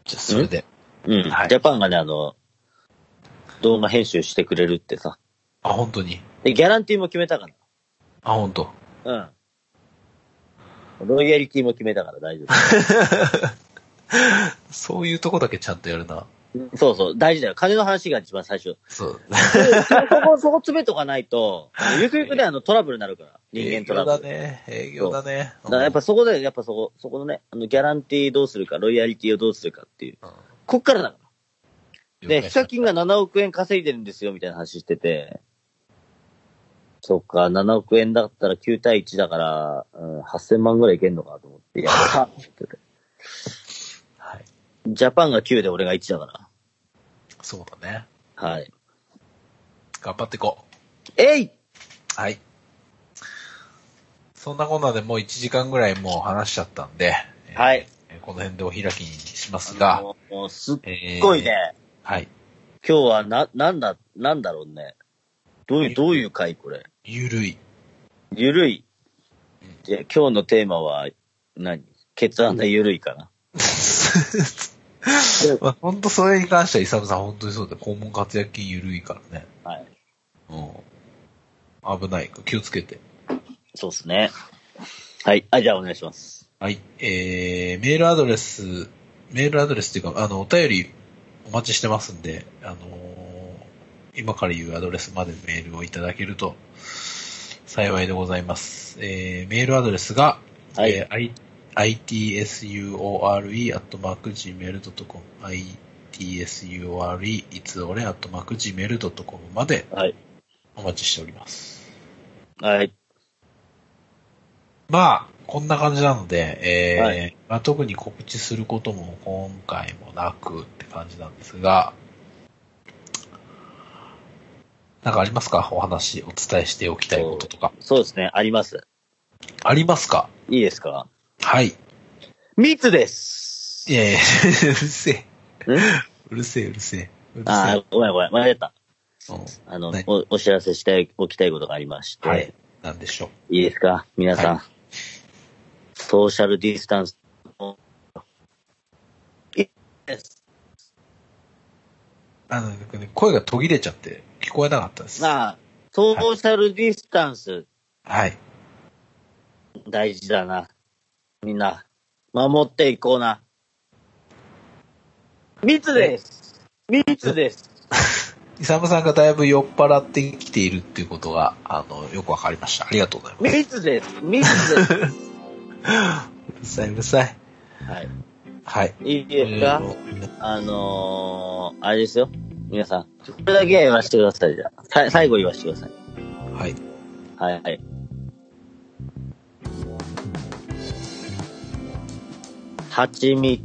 A: じゃあそれで。
B: うん。
A: はい
B: ジャパンがね、あの、動画編集してくれるってさ。
A: あ、本当に。
B: で、ギャランティーも決めたか
A: あ、本当。
B: ら。うん。ロイヤリティも決めたから大丈
A: そういうとこだけちゃんとやるな。
B: 夫。そうそう、大事だよ。金の話が一番最初。
A: そう。
B: そこ、そこ詰めとかないと、ゆくゆくね、あの、トラブルになる から。人間トラブル。
A: 営業だね。営業だね。
B: だからやっぱそこで、やっぱそこ、そこのね、あの、ギャランティーどうするか、ロイヤリティをどうするかっていう。
A: うん、
B: こっからだか
A: う
B: ら。
A: ん
B: で、ヒカキンが7億円稼いでるんですよ、みたいな話してて。そっか、7億円だったら9対1だから、うん、8000万ぐらいいけんのかと思って、やったって言ってて
A: はい。
B: ジャパンが9で俺が1だから。
A: そうだね。
B: はい。
A: 頑張っていこう。
B: えい
A: はい。そんなこんなでもう1時間ぐらいもう話しちゃったんで、
B: はい
A: えーこの辺でお開きにしますが、
B: もうもうすっ
A: えー
B: ごい。ね。
A: はい。
B: 今日はな、なんだ、なんだろうね。どういう、どういう回これ。
A: ゆるい。
B: ゆるい。いや今日のテーマは何、ケツ穴ゆるいかな。
A: まあ、本当それに関しては、イサムさん本当にそうで、肛門活躍筋ゆるいからね。
B: はい。
A: うん。危ない。気をつけて。
B: そうです ね。はい。あ、じゃあお願いします。
A: はい。えー、メールアドレス、メールアドレスっていうか、あの、お便りお待ちしてますんで、あのー今から言うアドレスまでメールをいただけると幸いでございます。えー、メールアドレスが、
B: はい
A: えー I- itsure.gmail.com、itsure, いつ俺 .gmail.com まで
B: はい。
A: お待ちしております。
B: はい。
A: まあ、こんな感じなので、えー
B: は
A: まあ、特に告知することも今回もなくって感じなんですが、なんかありますかお話、お伝えしておきたいこととか。
B: そうですね。あります。
A: ありますか
B: いいですか
A: はい。
B: ミツです
A: いやいや、うるせえ。
B: ん
A: うるせえ、うるせえ。うる
B: あ
A: せ
B: ー、ごめんごめん。間違った。
A: え。うん
B: あの
A: はい、
B: お、お知らせしておきたいことがありまして。
A: はい。なんでしょう。
B: いいですか皆さん、
A: は
B: ソーシャルディスタンスを。いいです。
A: あの、ね声が途切れちゃって聞こえなかったです。
B: まあ、ソーシャルディスタンス、
A: はい。
B: 大事だな。みんな、守っていこうな。密です密です
A: イサムさんがだいぶ酔っ払ってきているっていうことが、あの、よくわかりました。ありがとうございます。
B: 密です密です
A: うるさい、うるさい。
B: はい。
A: はい。
B: いいですかあのー、あれですよ。皆さん。これだけは言わせてください、じゃあ。さ最後言わせてください。
A: はい。
B: はいはい。蜂蜜。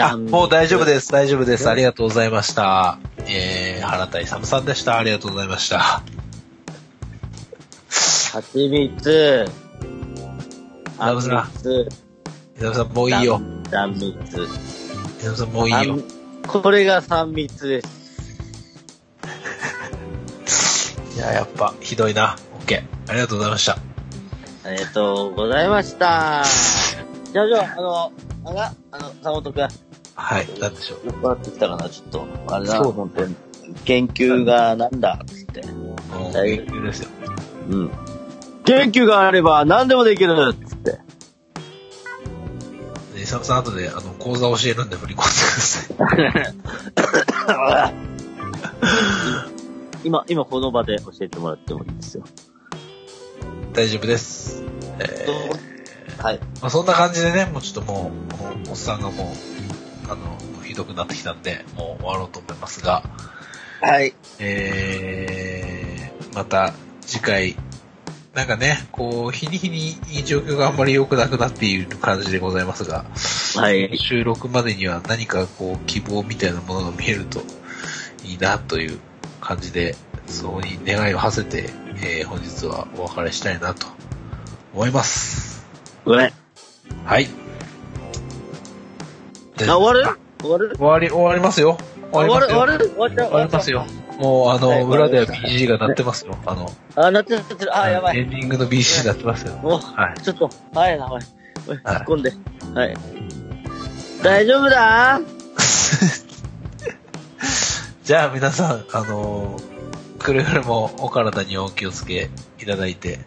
A: あ、もう大丈夫
B: す。
A: です。大丈夫です。ありがとうございました。えー、原田勇さんでした。ありがとうございました。
B: 蜂蜜。
A: ラブさん
B: 蜜。
A: 勇さんもういいよ。
B: 三蜜。
A: 勇さんもういい
B: 三
A: よ。
B: これが三蜜です。
A: いや、やっぱ、ひどいな。オッケー。ありがとうございました。
B: ありがとうございました。じゃあじゃあ、あの、あら、あの、坂本くん。
A: はい。なんでしょう。
B: 酔っ払ってきたかな、ちょっと。あれだ、
A: そう
B: 本当に。研究がなんだ、つって。
A: もう、
B: 大
A: 研究ですよ。
B: うん。研究があれば何でもできるつ って。
A: で勇さん後で、あの、講座教えるんで振り込んでください。
B: 今、今この場で教えてもらってもいいですよ。
A: 大丈夫です。えー、
B: はい。
A: まあ、そんな感じでね、もうちょっともう、このおっさんがもう、あの、ひどくなってきたんで、もう終わろうと思いますが、
B: はい。
A: えー、また次回、なんかね、こう、日に日に状況があんまり良くなくなっている感じでございますが、
B: はい。
A: 収録までには何かこう、希望みたいなものが見えるといいなという感じで、そこに願いを馳せて、えー、本日はお別れしたいなと思います。
B: ごめん。あ、
A: はい。
B: 終わる終わる
A: 終わり、終わりますよ。
B: 終
A: 終わ
B: わ
A: りま
B: る
A: すよ
B: 終わ。る終わっちゃう
A: 終わりますよ。もう、あ
B: はい
A: の、
B: 終わ
A: 裏
B: りま
A: では
B: した
A: BG が鳴ってますよ。あの、
B: あ、なってるなってる。あ、やば
A: エ
B: い。
A: ンディングの BG 鳴ってますよ。
B: もう、
A: はい。
B: ちょっと、早いな、おい。おい、
A: はい
B: 突っ込んで。はい。大丈夫だ
A: じゃあ皆さん、あのーくれぐれもお体にお気をつけいただいて、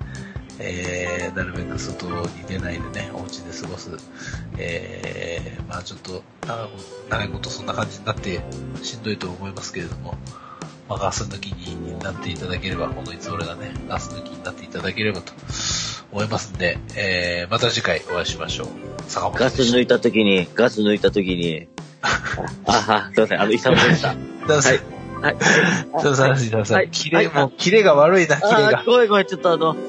A: えー、なるべく外に出ないでね、お家で過ごす。えー、まあちょっと長く、長いことそんな感じになってしんどいと思いますけれども、まあガス抜きになっていただければ、このいつ俺がね、ガス抜きになっていただければと思いますんで、えー、また次回お会いしましょう。坂本
B: ガス抜いたときに、ガス抜いた ときに、あは、すいません、あの、イサムでした。
A: ダンス、
B: はい。
A: ダンス、ダンス、ダン
B: はい
A: ス。キレ、
B: はい
A: もうキレが悪いな、キレが
B: あー、。ごめんごめん、ちょっとあの、ちょ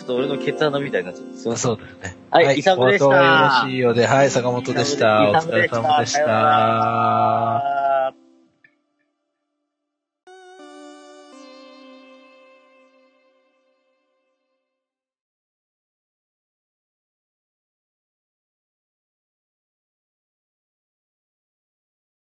B: っと俺の血穴みたいになっちゃって。すいません。
A: そうですね。
B: はいイサムでした
A: お後がよろしいようで、はい、坂本でした。
B: イ
A: お
B: サム
A: 疲
B: で
A: れ
B: した
A: 様でし
B: さような
A: た。